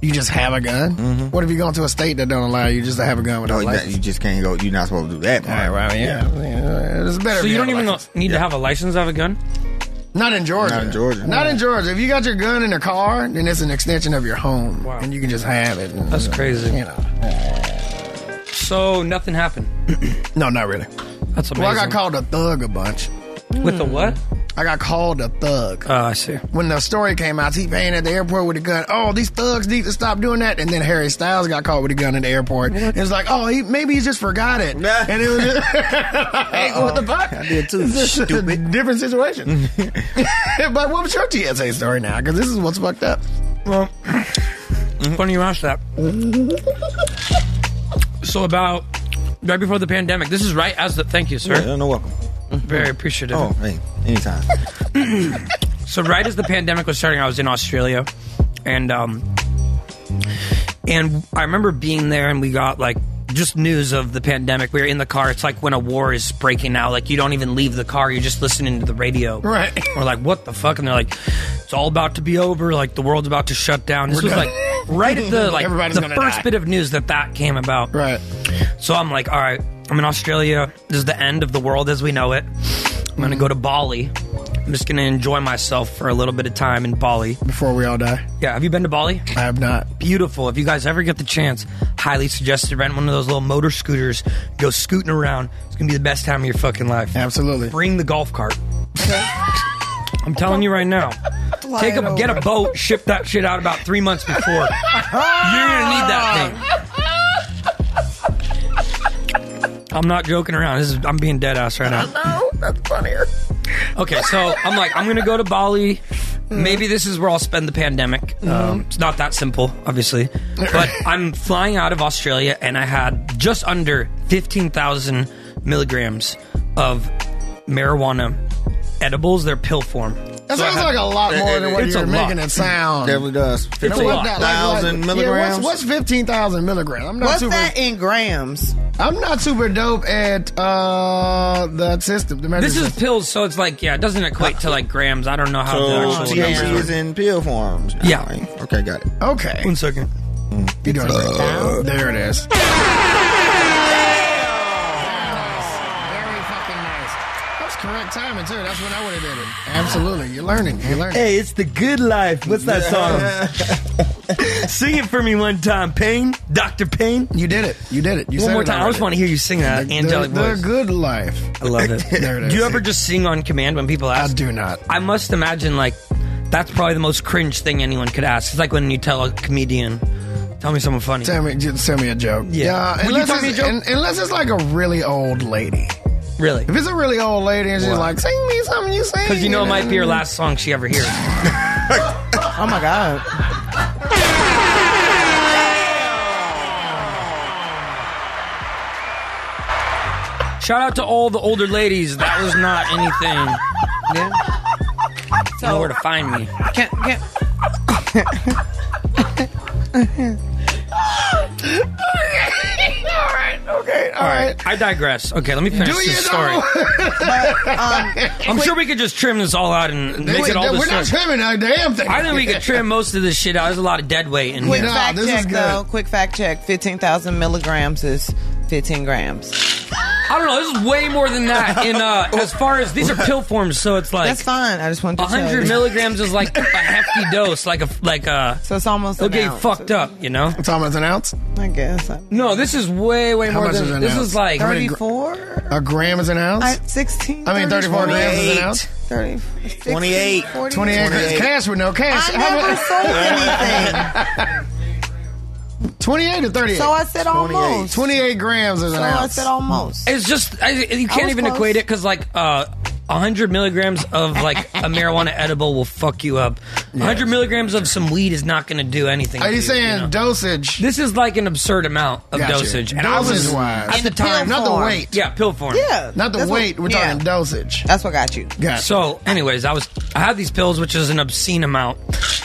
A: You just have a gun. What if you going to a state that don't allow you just to have a gun
P: Mm-hmm. No,
J: Oh,
A: without a
P: you, not-
A: license?
P: you just can't go. You're not supposed to do that.
A: Right, right, yeah. yeah, it's better
Q: So
A: if
Q: you
A: you
Q: don't
A: have a
Q: even need to have a license to have a gun?
A: Not in Georgia.
Q: Not in Georgia.
A: Not in Georgia. If you got your gun in the car, then it's an extension of your home, and you can just have it.
Q: That's crazy.
A: You know.
Q: So nothing happened.
A: no, not really.
Q: That's amazing.
A: Well, I got called a thug a bunch.
Q: With a
A: Hmm.
Q: what?
A: I got called a thug.
Q: Oh, I see.
A: When the story came out, T Pain at the airport with a gun. Oh, these thugs need to stop doing that. And then Harry Styles got caught with a gun at the airport. It was like, oh, he, maybe he just forgot it. And it was just, Hey, what the fuck? I did too. stupid. different situation. but what was your TSA story now? Because this is what's fucked up.
Q: Well, Mm-hmm. funny you asked that. So about right before the pandemic, this is right as the thank you, sir. Mm-hmm.
P: Yeah, no, welcome.
Q: Very appreciative.
P: Oh, hey, anytime.
Q: so right as the pandemic was starting, I was in Australia, and um, and I remember being there, and we got like just news of the pandemic. We were in the car. It's like when a war is breaking out. Like you don't even leave the car. You're just listening to the radio.
A: Right.
Q: We're like, what the fuck? And they're like, it's all about to be over. Like the world's about to shut down. This
A: We're
Q: was
A: done.
Q: like right at the like
A: Everybody's
Q: the
A: gonna
Q: first
A: die.
Q: bit of news that that came about.
A: Right.
Q: So I'm like, all right, I'm in Australia. This is the end of the world as we know it. I'm gonna go to Bali. I'm just gonna enjoy myself for a little bit of time in Bali.
A: Before we all die.
Q: Yeah, have you been to Bali?
A: I have not.
Q: Beautiful. If you guys ever get the chance, highly suggest to rent one of those little motor scooters, go scooting around. It's gonna be the best time of your fucking life.
A: Absolutely.
Q: Bring the golf cart. I'm telling you right now.
D: Fly
Q: Take
D: it
Q: a, get a
D: over.
Q: boat, ship that shit out about three months before. You're gonna need that thing. I'm not joking around. This is I'm being dead ass right now.
A: No, that's funnier.
Q: Okay, so I'm like, I'm gonna go to Bali. Maybe this is where I'll spend the pandemic. Um, it's not that simple, obviously. But I'm flying out of Australia, and I had just under fifteen thousand milligrams of marijuana edibles. They're pill form.
A: That sounds like a lot more than what you're making it sound.
P: Definitely does.
A: You know,
P: Fifteen
A: what's that, like, like-
P: thousand
A: yeah,
P: milligrams.
A: what's, what's fifteen thousand milligrams? I'm not
D: What's
A: super,
D: that in grams?
A: I'm not super dope at uh, the system. The metric
Q: This is
A: system.
Q: pills, so it's like yeah, it doesn't equate to like grams. I don't know how the
P: so
Q: actual
P: THC
Q: numbers
P: is in pill forms. now,
Q: Yeah.
P: right? Okay, got it. Uh,
A: okay. One
Q: second.
A: You doing it? There it is. Very fucking nice. That was correct timing too. That's when I would have did it. Absolutely, you're learning. You're learning.
R: Hey, it's the good life. What's that song? sing it for me one time, Payne. Dr. Payne.
A: You did it. You did it. You
Q: One more time. I just want to hear you sing that
A: The-
Q: angelic
A: the,
Q: voice.
A: The good life.
Q: I love it.
A: There it is.
Q: Do you ever just sing on command when people ask? I
A: do not.
Q: I must imagine like that's probably the most cringe thing anyone could ask. It's like when you tell a comedian, "Tell me something funny."
A: Tell me, just tell me a joke.
Q: Yeah. Will you
A: unless,
Q: tell me a
A: it's,
Q: joke?
A: un- unless it's like a really old lady.
Q: Really?
A: If it's a really old lady and she's like, sing me something you sing.
Q: Because you know it might be your last song she ever hears.
D: Oh my god.
Q: Shout out to all the older ladies. That was not anything. Yeah. know where to find me.
D: Can, can,
A: all right, okay, all right.
Q: I digress. Okay, let me finish
A: Do you
Q: this story. I'm sure we could just trim this all out and um, make
A: Wait,
Q: it all.
A: we're
Q: the
A: not
Q: same.
A: trimming a damn thing.
Q: I think we could trim most of this shit out. There's a lot of dead weight in
D: quick
Q: here.
D: fact check though. Quick fact check. Fifteen thousand milligrams is fifteen grams.
Q: I don't know. This is way more than that. In uh, as far as these are pill forms, so it's like
D: That's fine. I just wanted to tell you.
Q: 100 milligrams is like a hefty dose, like a like a.
D: So it's almost
Q: It'll
D: an
Q: get you
D: ounce.
Q: fucked up, you know.
A: It's almost an ounce.
D: I guess.
Q: No, this is way way
A: How
Q: more
A: much
Q: than
A: is an
Q: this
A: ounce?
Q: is like
A: How many gr- A gram is an ounce?
D: I, 16.
A: I mean, 34 grams is an
D: 28,
A: ounce?
D: 30, 16,
A: 28.
D: 40.
A: 28 grams. Cash with no cash.
D: I never sold anything.
A: 28 or 38?
D: So I said almost.
A: 28 grams is
D: So
A: an ounce.
D: I said almost.
Q: It's just I, you
D: I
Q: can't
D: was
Q: even
D: close.
Q: equate it because like uh, 100 milligrams of like a marijuana edible will fuck you up. 100 milligrams of some weed is not going to do anything.
A: Are
Q: to
A: you saying
Q: know?
A: dosage?
Q: This is like an absurd amount of
A: Gotcha.
Q: dosage, and I was
A: Dosage-wise.
Q: at the
A: In pill
Q: time,
A: Not the form. weight.
Q: yeah, pill form,
D: Yeah.
A: Not the
D: that's
A: weight.
D: what-
A: we're
D: yeah.
A: talking dosage.
D: That's what got you.
A: Gotcha.
Q: So, anyways, I was I had these pills, which is an obscene amount,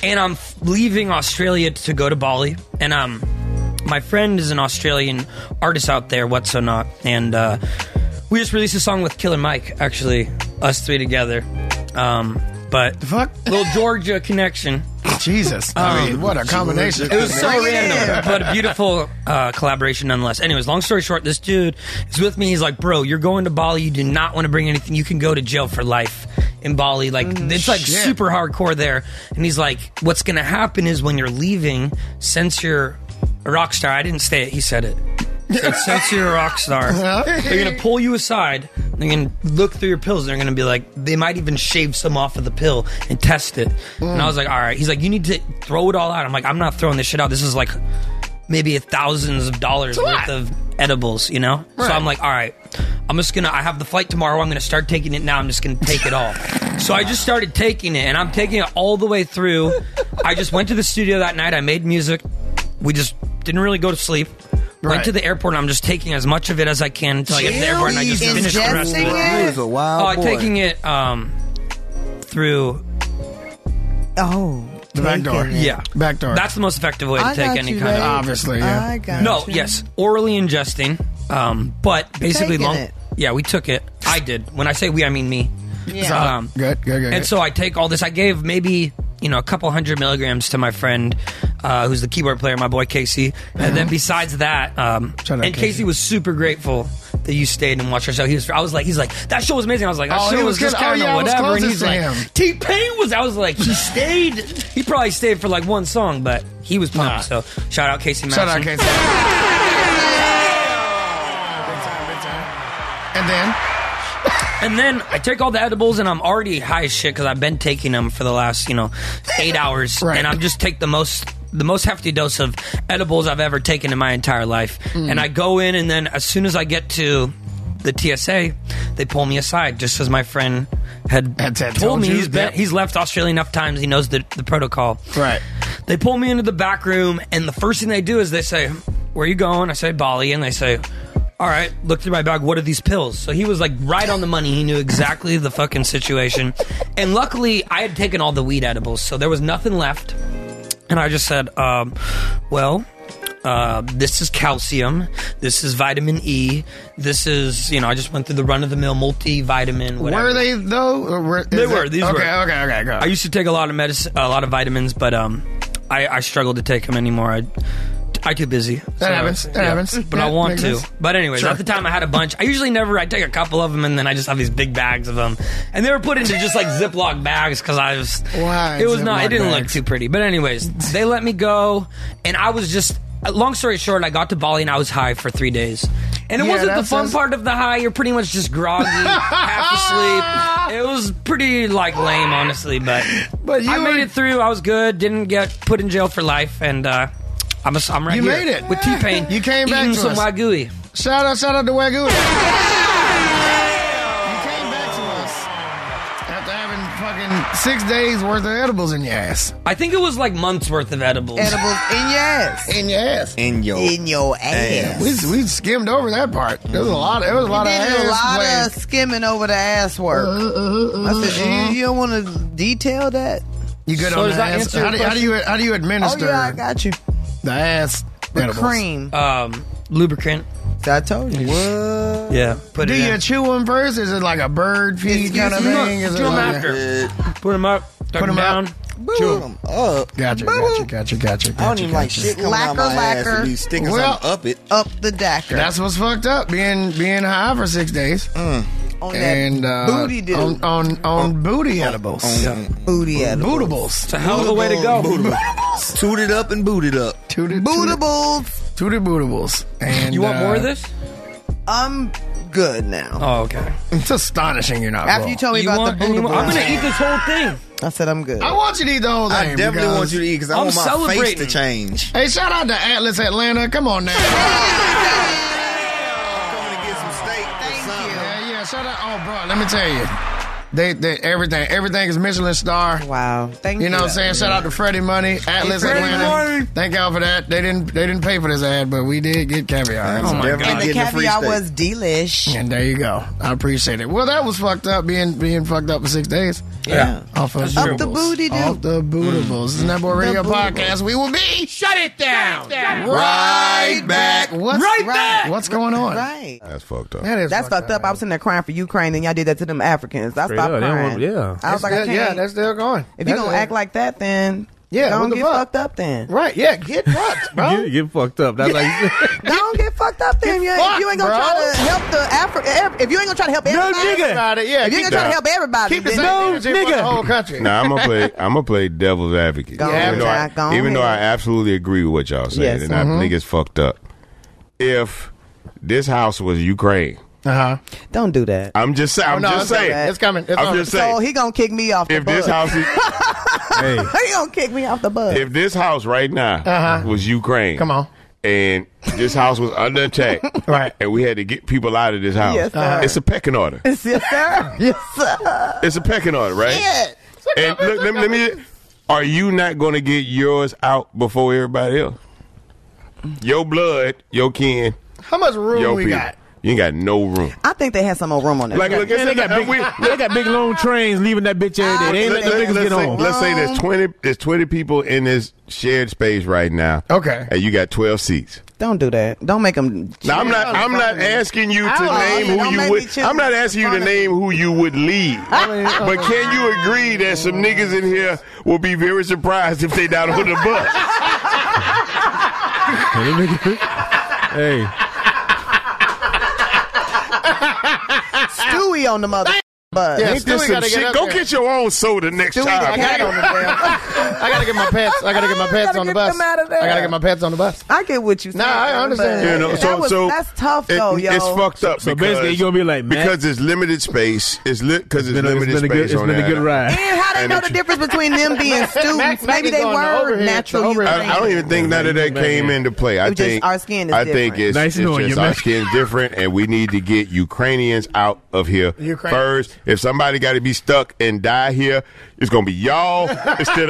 Q: and I'm f- leaving Australia to go to Bali, and um, my friend is an Australian artist out there, what's so not, and uh, we just released a song with Killer Mike, actually, us three together, um, but
A: fuck
Q: little Georgia connection. Um,
A: Jesus. I mean, what a combination.
Q: Uh, It was so random, but a beautiful uh, collaboration nonetheless. Anyways, long story short, this dude is with me. He's like, "Bro, you're going to Bali. You do not want to bring anything. You can go to jail for life in Bali. Like it's like
R: shit.
Q: super hardcore there." And he's like, "What's going to happen is when you're leaving, since you're a rock star, I didn't say it. He said it." He said, Since you're a rock star, they're gonna pull you aside. They're gonna look through your pills. And they're gonna be like, they might even shave some off of the pill and test it. And I was like, all right. He's like, you need to throw it all out. I'm like, I'm not throwing this shit out. This is like maybe thousands of dollars
R: It's a
Q: worth
R: lot.
Q: of edibles, you know? So I'm like, all right. I'm just gonna. I have the flight tomorrow. I'm gonna start taking it now. I'm just gonna take it all. so I just started taking it, and I'm taking it all the way through. I just went to the studio that night. I made music. We just didn't really go to sleep.
R: Right.
Q: Went to the airport. and I'm just taking as much of it as I can until I get to the airport, and I just
R: Jeez,
Q: finish the rest of it.
R: ingesting it? He was a wild
Q: oh, I'm
R: boy.
Q: taking it um, through
D: Oh.
A: The back door.
Q: Yeah,
A: Back door.
Q: That's the most effective way to
A: I
Q: take
A: got
Q: any
A: you,
Q: kind
A: babe.
Q: of
A: Obviously, yeah. I got
Q: no, yes, orally ingesting. Um, but basically,
A: Taking
Q: long.
A: it.
Q: Yeah, we took it. I did. When I say we, I mean me. Um,
A: Yeah. Solid. good, good, good.
Q: And so I take all this. I gave maybe you know a couple hundred milligrams to my friend, uh, who's the keyboard player, my boy Casey. And then besides that, um, and
R: out
Q: Casey.
R: Casey.
Q: was super grateful that you stayed and watched our show. He was. I was like, he's like that show was amazing. I was like, that
R: Oh,
Q: show
R: he
Q: was,
R: was
Q: just
R: good. Oh,
Q: kind of
R: yeah, I was
Q: whatever. And
R: closest
Q: he's
R: to him.
Q: like, T Pain was. I was like, he stayed. He probably stayed for like one song, but he was pumped. So shout out Casey.
A: Shout out
Q: Madison.
A: Casey. And then,
Q: and then I take all the edibles, and I'm already high as shit because I've been taking them for the last you know eight hours, and I'm just take the most the most hefty dose of edibles I've ever taken in my entire life.
R: Mm.
Q: And I go in, and then as soon as I get to the TSA, they pull me aside just as my friend had told
R: told
Q: me
R: you,
Q: he's been,
R: yep.
Q: he's left Australia enough times he knows the, the protocol.
A: Right.
Q: They pull me into the back room, and the first thing they do is they say, "Where you going?" I say, "Bali," and they say. All right, look through my bag. What are these pills? So he was like right on the money. He knew exactly the fucking situation. And luckily, I had taken all the weed edibles, so there was nothing left. And I just said, um, well, uh, this is calcium. This is vitamin E. This is, you know, I just went through the run of the mill multivitamin, whatever.
A: were they though? Or Were,
Q: They
A: is
Q: were.
A: it-
Q: These
A: okay,
Q: were.
A: Okay, okay, go.
Q: I used to take a lot of medicine, a lot of vitamins, but um, I, I struggled to take them anymore. I, I too busy.
A: That happens. That happens.
Q: But I
A: Yeah,
Q: want
A: makes
Q: to.
A: sense.
Q: But anyways,
A: Sure.
Q: at the time I had a bunch. I usually never. I take a couple of them and then I just have these big bags of them, and they were put into just like Ziploc bags because I was.
A: Why?
Q: It was not. It
A: Ziploc
Q: didn't look
A: bags?
Q: too pretty. But anyways, they let me go, and I was just. Long story short, I got to Bali and I was high for three days. And it
R: Yeah,
Q: wasn't
R: that
Q: the fun
R: sounds-
Q: part of the high. You're pretty much just groggy, half asleep. It was pretty like lame, honestly. But but I made it through. I was good. Didn't get put in jail for life. And uh, I'm a, I'm right
A: You
Q: here
A: made it.
Q: with T Pain.
A: You came back
Q: eating
A: to
Q: some
A: us.
Q: wagyu.
A: Shout out, shout out to Wagyu. Fucking Six days worth of edibles in your ass.
Q: I think it was like months worth of edibles.
A: Edibles in your ass. In your ass.
P: In your
D: In your
A: Damn. We, we skimmed over that part. There was a lot. There was a lot
D: you
A: of
D: did
A: ass
D: a lot
A: play.
D: of skimming over the ass work. I said, you, you don't want to detail that.
A: You good on the ass? how, do, how do you how do you administer?
D: Oh yeah, I got you.
A: The ass.
D: The
A: edibles?
D: cream.
Q: Um, lubricant.
D: I told you.
Q: Yeah. Put
A: do
Q: it
A: you
Q: in.
A: chew them first? Is it like a bird feed kind of thing? Is it
Q: Do 'em
A: like
Q: after. Put them up. Put
A: Put
Q: them
A: 'em
Q: down.
A: Chew 'em.
J: Up.
A: Gotcha, gotcha, gotcha, gotcha, gotcha.
J: I don't even like
A: gotcha.
J: shit coming out my ass with these stickers.
A: Well,
J: I'm up it.
D: Up the dacker.
A: That's what's fucked up. Being being high for six days.
D: Mm. On that
A: and uh,
D: booty dip.
A: on on, on booty edibles.
J: on-
D: Booty edibles.
A: Bootables.
Q: It's a hell of a way to go.
A: Bootables.
J: Toot it up and boot it up.
A: Toot it.
D: Bootables.
A: Toot it bootables. And
Q: You want
A: uh,
Q: more of this?
D: I'm good now.
Q: Oh, okay.
A: It's astonishing you're not.
D: After you told me about the booty
Q: more? Oh. I'm gonna eat this whole thing.
D: I said I'm good.
A: I want you to eat the whole thing.
J: I definitely
A: because-
J: want you to eat because I
A: I'm
J: want my face to
A: celebrating.
J: change.
A: Hey, shout out to Atlas Atlanta. Come on now. Yeah, yeah. Shout out. Oh, bro. Let me tell you. They, they everything everything is Michelin star.
D: Wow, thank
A: you. know
D: you.
A: what I'm saying? Shout out to Freddie Money, Atlas
D: Freddie
A: Atlanta. Thank y'all for that. They didn't they didn't pay for this ad, but we did get caviar.
D: Oh, my God. And the caviar was delish.
A: And there you go. I appreciate it. Well, that was fucked up being being fucked up for six days.
D: Yeah.
A: Off of
D: Up the booty dude.
A: Off the
J: Mm.
A: bootables. Isn't that boy
D: The
A: radio
D: bootables.
A: podcast? We will be
R: Shut it down.
A: right back. What's,
D: Right back.
A: What's going on?
D: Right.
M: That's fucked up.
A: That is
D: That's fucked up. I was sitting there crying for Ukraine, and y'all did that to them Africans. I
A: Straight
D: stopped
A: up. They
D: crying.
A: won't- yeah.
D: I was
A: That's
D: like, I
A: good. Yeah,
D: can't.
A: that's still going.
D: If you
A: That's
D: gonna
A: it.
D: act like that, then
A: Yeah,
D: don't
A: what the
D: get
A: fuck?
D: fucked up then.
A: Right? Yeah, get fucked, bro.
J: Get, get fucked up. That's like
D: Don't get fucked up then. You, ain't-
A: fucked,
D: you ain't gonna
A: bro.
D: try to help the Afri- ev- If you ain't gonna try to help everybody,
A: Everybody, yeah,
D: if you
A: keep
D: ain't gonna try
A: the-
D: to help everybody,
A: Keep the
D: then-
A: same energy for the whole country.
M: Nah, I'm gonna play. I'm gonna play devil's advocate.
D: Go ahead,
M: even though,
D: Jack, go
M: I, even though I
D: ahead. mm-hmm.
M: absolutely agree with what y'all saying,
A: Yes.
M: and
A: Mhm.
M: I think it's fucked up. If this house was Ukraine,
A: uh huh.
D: Don't do that.
M: I'm just saying.
D: Oh,
M: I'm
D: no,
M: just
D: don't do
M: saying.
D: that.
A: It's coming. It's
M: I'm just
D: So
M: saying.
D: he gonna kick me off the
M: if this house is, hey,
D: he gonna kick me off the bus.
M: if this house right now
A: Uh-huh.
M: was Ukraine,
A: Come on.
M: and this house was under attack,
A: right? Uh-huh.
M: And we had to get people out of this house.
D: Yes, sir.
M: It's a pecking order.
D: yes, sir. Yes, sir.
M: It's a pecking order, right?
D: Shit.
M: And look, let me, let me. Are you not going to get yours out before everybody else? Your blood, your kin,
A: How much room
M: your
A: we
M: people.
A: got?
M: You ain't got no room.
D: I think they had some more room on it.
M: Like, look, it's
E: Man, they got big, they got big long trains leaving that bitch every day. They ain't
M: Let-
E: letting the
M: let-
E: niggas
M: let's
E: get
M: say,
E: on.
M: Let's say
D: Oh.
M: there's twenty. There's twenty people in this shared space right now.
A: Okay.
M: and you got twelve seats.
D: Don't do that. Don't make them.
M: Now I'm not. I'm not asking you to
D: Ow.
M: name
D: Don't make
M: who you
D: me
M: would.
D: choose
M: I'm not asking you to name who you would lead.
D: uh,
M: But can you agree that some niggas in here will be very surprised if they down on the bus?
E: hey,
D: Stewie on the mother bus.
A: Yeah,
M: Ain't this
A: Stewie
M: some
A: gotta get
M: shit?
A: up
M: Go
A: there.
M: get your own soda next
A: Stewie
M: time.
A: gotta get
M: nigga.
A: on the damn- I gotta get my pets. I gotta get my pets
D: Gotta
A: on
D: get
A: the bus.
D: them out of there.
A: I gotta get my pets on the bus.
D: I get what you.
A: Nah,
D: saying,
A: I understand.
D: but
M: You know,
D: that
M: so-
D: was-
M: so
D: that's tough
M: It-
D: though, yo.
M: It's fucked up.
E: So basically,
M: because-
E: you're gonna be like, man.
M: because it's limited space. It's lit because it's,
E: been a- it's
M: limited
E: been a good-
M: space.
E: it's
M: on
E: been a
M: that.
E: good ride.
D: And how they
M: And
D: know
M: it's-
D: the difference between them being
A: Mac-
D: students?
A: Mac
D: Maybe
A: is
D: they
A: on the
D: were
A: overhead, the
D: natural.
A: overhead.
M: I, I don't even think none of that came into play. I
D: It was just
M: think
D: our skin is
M: I think
D: different.
M: it's,
E: Nice
M: it's
E: knowing
M: just
E: you, man.
M: our skin different, and we need to get Ukrainians out of here
A: Ukraine.
M: first. If somebody got to be stuck and die here, it's gonna be y'all instead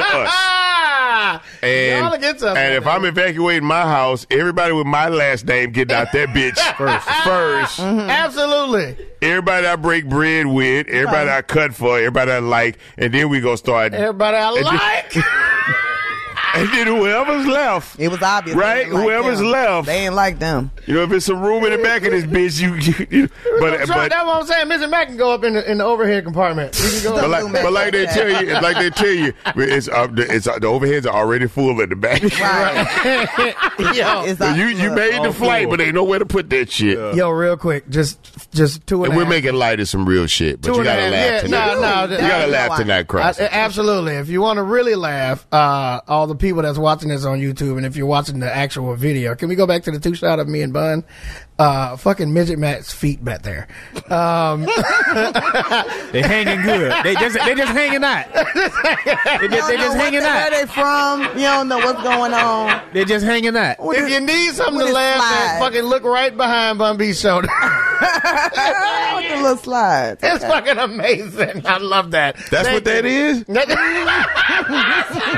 M: of us. And,
A: Ah! Y'all against us,
M: and if I'm evacuating my house, everybody with my last name getting out that bitch first. First,
A: Mm-hmm. Absolutely.
M: everybody I break bread with, everybody I cut for, everybody I like, and then we gonna start.
A: Everybody I
M: And
A: like.
M: And then whoever's left,
D: It was obvious. They
M: Right?
D: didn't like
M: Whoever's
D: them.
M: left.
D: They ain't like them.
M: You know, if it's some room in the back of this bitch, you, you, you but
A: Sure,
M: but
A: that's what I'm saying. Mr. Mac can go up in the, in the overhead compartment. We can go
M: but like,
A: up.
M: but like they tell you, like they tell you, it's uh, the, it's uh, the overheads are already full at the back.
A: yo,
D: It's not-
M: you you made the flight, but they know where to put that shit.
A: yo, real quick, just just two and
M: And
A: a
M: we're
A: half-
M: making light of some real shit, but
A: two
M: you
A: and a
M: gotta
A: half.
M: laugh
A: yeah,
M: tonight.
A: no, no,
M: you gotta
A: no,
M: laugh
A: no,
M: tonight, Christ.
A: I- absolutely. If you want to really laugh, uh, all the people that's watching this on YouTube, and if you're watching the actual video, can we go back to the two shot of me and Bun? Uh, fucking midget Matt's feet back there. Um,
E: they hanging good. They just they just hanging out. They
D: You
E: just, they
D: don't know
E: just
D: what
E: hanging
D: the hell
E: out.
D: they from? You don't know what's going on.
E: They just hanging out.
D: What
A: if
D: is-
A: you need something
D: what
A: to
D: is
A: laugh
D: slide?
A: at, fucking look right behind Bun B's shoulder.
D: What the little slides?
A: it's
D: Okay.
A: fucking amazing. I love that.
M: That's what that is.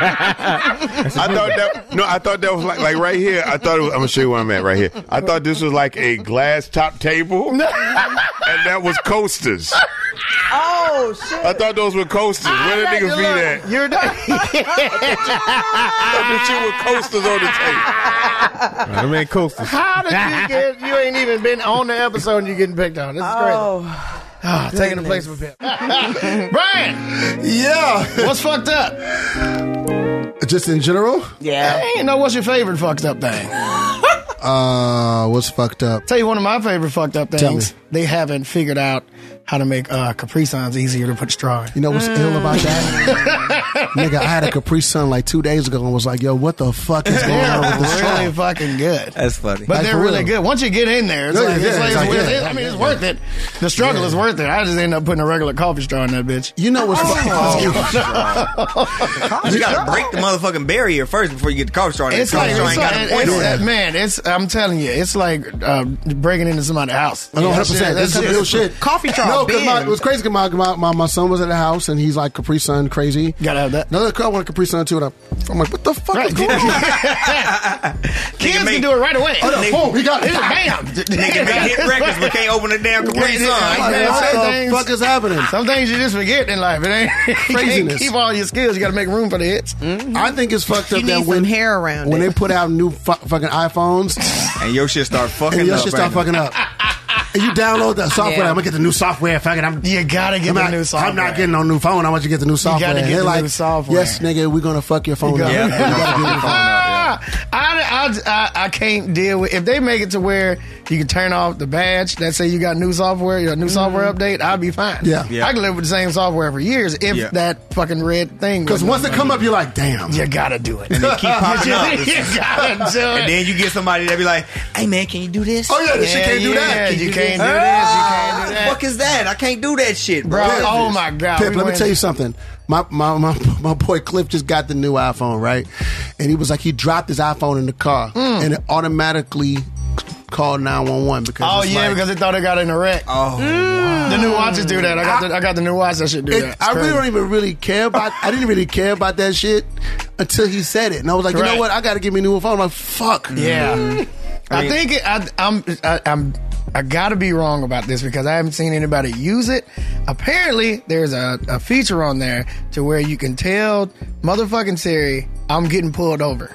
M: I thought that no, I thought that was like like right here. I thought it was, I'm gonna show you where I'm at right here. I thought this was like a glass top table, and that was coasters.
D: Oh shit!
M: I thought those were coasters. Where the niggas be at?
A: You're done.
M: I thought this shit was coasters on the
E: I
M: table.
E: mean, coasters.
A: How did you get? You ain't even been on the episode and you getting picked on. This is crazy.
D: Oh,
A: Ah, taking the place
D: goodness.
A: of a pimp. Brian,
S: Yeah,
A: what's fucked up?
S: just in general.
D: yeah.
A: Ain't know what's your favorite fucked up thing.
S: Uh, what's fucked up?
A: Tell you one of my favorite fucked up
S: Tell me.
A: things. They haven't figured out how to make uh, Capri Suns easier to put straw in.
S: You know
D: Mm.
S: what's ill about that? Nigga, I had a Capri Sun like two days ago and was like, yo, what the fuck is going on with
A: They're
S: this straw?
A: really fucking good,
P: That's funny.
A: but
S: Like,
A: they're
S: for
A: really
S: real.
A: good. Once you get in there, it's
S: Yeah,
A: like,
S: yeah,
A: it's like,
S: it's like,
A: it's-
S: yeah.
A: I mean, it's worth it. The struggle is worth it. I just ended up putting a regular coffee straw in that bitch. Oh.
S: You know what's fucked up?
P: You gotta break the motherfucking barrier first before you get the coffee straw.
A: It's
P: the
A: like,
P: coffee straw
A: it's
P: ain't got
A: like
P: a point
A: it's,
P: on it.
A: uh, man, it's I'm telling you, it's like uh, breaking into somebody's house.
S: I know 100%.
A: That shit-
S: That's
A: that
S: some
A: shit
S: real
A: is-
S: shit.
D: Coffee shop
S: No, because my,
D: bin.
S: it was crazy 'cause my, my, my, my son was at the house and he's like Capri Sun crazy.
A: Gotta have that.
S: Another girl wanted Capri Sun too. And I'm, I'm like, what the fuck is going on?
A: Kids
P: make-
A: can do it right away.
S: Oh, no, boom, he got it.
A: Bam!
P: Nigga make hit records but can't open the damn Capri
A: Yeah,
P: Sun.
A: yeah,
S: Like,
A: Man,
S: what
A: some
S: the
A: things-
S: fuck is happening?
A: Some things you just forget in life. It ain't you can't
S: Craziness.
A: keep all your skills. You got to make room for the hits.
S: I think it's fucked up
D: You
S: that
D: need
S: when
D: some hair around
S: when
D: it.
S: they put out new fu- fucking iPhones
P: And your shit start fucking
S: and your
P: up.
S: shit start
P: ain't it?
S: fucking up. And you download that software.
A: Yeah.
S: I'm gonna get the new software. Fuck it. I'm, you
A: gotta get
S: I'm
A: the
S: not,
A: new
S: I'm
A: software.
S: not getting no new phone. I want you to get the new software.
A: gotta
S: And
A: get
S: they're
A: the
S: like,
A: new software.
S: Yes, nigga, we're gonna fuck your phone up.
A: gotta-
S: You gotta get the phone up.
A: I, I, I, I can't deal with if they make it to where you can turn off the badge that say you got new software, your new software update. I'll be fine.
S: Yeah. Yeah.
A: I can live with the same software for years if
S: Yeah.
A: that fucking red thing.
S: Because
A: was
S: once it
A: not
S: come up, you're like, damn.
A: You gotta do it.
S: And they keep
P: popping up.
A: you gotta do it.
P: And then you get somebody that be like, "Hey man, can you do this?
A: Oh, yeah, this shit can't do that. You can't do this, you can't
P: Ah,
A: do that.
P: What the fuck is that? I can't do that shit, bro. oh
S: Pip, Pip, let me tell you something. My, my my my boy Cliff just got the new iPhone, right? And he was like, he dropped his iPhone in the car,
A: Hmm.
S: and it automatically called nine one one because
A: Oh
S: it's
A: yeah,
S: like-
A: because they thought it got in a wreck. Oh, the new watches do that. I got the, I got the new watch that should do
S: It-
A: that. It's
S: I really
A: crazy.
S: don't even really care about. I didn't really care about that shit until he said it, and I was like, you
A: Right.
S: know what? I got to get me a new phone. I'm like, fuck.
A: Yeah,
S: I
A: I
S: mean-
A: think it, I, I'm I, I'm I gotta be wrong about this because I haven't seen anybody use it. Apparently, there's a, a feature on there to where you can tell motherfucking Siri, I'm getting pulled over.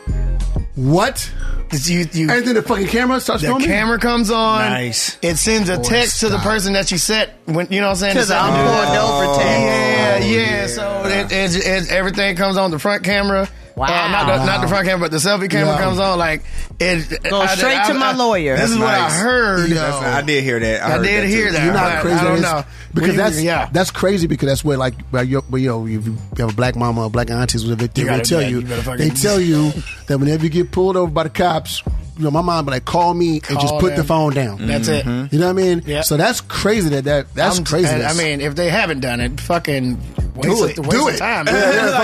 S: What?
A: It's you, you,
S: and then the fucking camera starts
A: the
S: filming?
A: camera comes on.
S: Nice.
A: It sends a
S: Boy,
A: text to the
S: stop.
A: person that you set when you know what I'm saying.
S: To the
A: It's
S: I'm pulled over text.
A: Oh,
S: Oh,
A: Yeah, yeah.
S: yeah.
A: So it, it, it, everything comes on the front camera. Wow. not the, not the front camera, but the selfie camera
P: Wow.
A: comes on. Like it
P: Go straight to my lawyer.
A: This is
P: That's
A: what
P: nice.
A: I heard.
P: Yo. That's- I did hear that. I
A: I,
P: heard
A: did
P: that
A: hear
P: too.
A: that.
S: You're not
A: but
S: crazy.
A: I don't
S: That's-
A: know
S: because
A: When you-
S: that's
A: yeah.
S: that's crazy because that's where like where you, where, you know if you have a black mama or black auntie, they, they,
A: You
S: will
A: gotta-
S: tell
A: yeah,
S: you,
A: you better
S: they
A: fucking-
S: tell you that whenever you get pulled over by the cops, you know my mom be like call me and just
A: Call
S: put the
A: them.
S: phone down.
A: That's it. Mhm.
P: Mm-hmm.
S: You know what I mean?
A: Yeah.
S: So that's crazy that that that's
A: I'm-
S: crazy.
A: and I mean, if they haven't done it, fucking waste
S: Do
A: of-
S: it.
A: waste
S: Do
A: of
S: it.
A: time.
S: Yeah,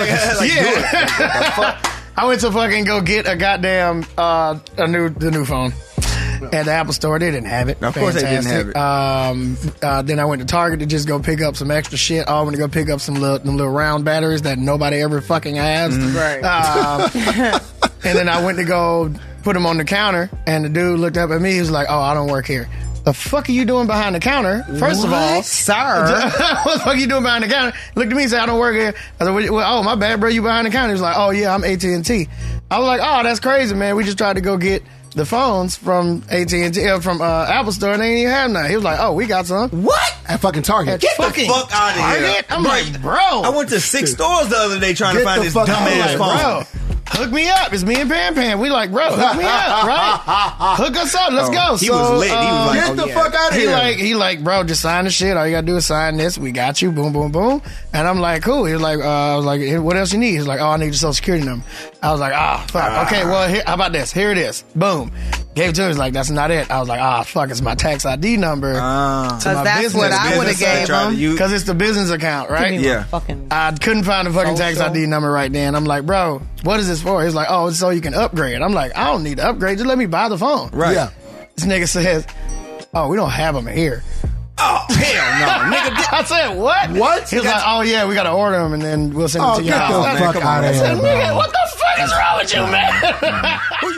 S: yeah, like,
A: Yeah. I went to fucking go get a goddamn uh, a new the new phone. At the Apple Store, they didn't have it.
P: Of course they didn't have it.
A: Fantastic. Um, uh, then I went to Target to just go pick up some extra shit. Oh, I went to go pick up some little, them little round batteries that nobody ever fucking has.
P: Mm-hmm.
D: Right.
A: Um, and then I went to go put them on the counter, and the dude looked up at me. He was like, "Oh, I don't work here." The fuck are you doing behind the counter? First of all,
P: What? Sir.
A: what the fuck you doing behind the counter? Looked at me and said, I don't work here. I said, "What- well, oh, my bad, bro. You behind the counter. He was like, oh, yeah, I'm AT&T. I was like, oh, that's crazy, man. We just tried to go get the phones from AT&T, uh, from uh, Apple Store, and they ain't even have none. He was like, oh, we got some.
P: What?
S: At fucking Target.
A: At
P: Get
A: fucking
P: the fuck out of here.
A: Target? I'm like, bro. I
P: went to six stores the other day trying to find this dumbass
A: I'm like,
P: phone.
A: Bro. Hook me up. It's me and Pan Pan. We like, bro, hook me up, right? hook us up. Let's
P: Oh,
A: go. uh,
P: he was lit. He was like, Get oh, the yeah. fuck outta
A: He
P: here.
A: like, he like, bro, just sign the shit. All you gotta do is sign this. We got you. Boom, boom, boom. And I'm like, cool. He was like, uh, I was like, "Hey, what else you need? He's like, oh, I need your social security number. I was like, ah, fuck. Okay, well, here, how about this? Here it is. Boom. Gave it to him. He's like, that's not it. I was like, ah, fuck. It's my tax ID number. to
D: 'Cause
A: my
D: that's
A: business
D: what I
A: Ah. business
D: would've gave
A: account.
D: him.
A: Cause it's the business account, right?
D: Give me my Yeah. fucking
A: I couldn't find the
S: Oh,
A: fucking tax
D: Social.
A: ID number right then. I'm like, bro, what is this for? He's like, oh, it's so you can upgrade. I'm like, I don't need to upgrade. Just let me buy the phone.
P: Right.
S: Yeah.
A: This nigga says, oh, we don't have them here.
P: Oh hell no, nigga.
A: I said, what?
S: What?
A: He was like, oh, yeah, we got to order them and then we'll send them
S: Oh,
A: to your
S: get
A: house.
S: the
A: I said,
S: fuck
A: "Come
S: outta
A: on." I said,
S: here, bro.
A: nigga, what the fuck is wrong with you, man?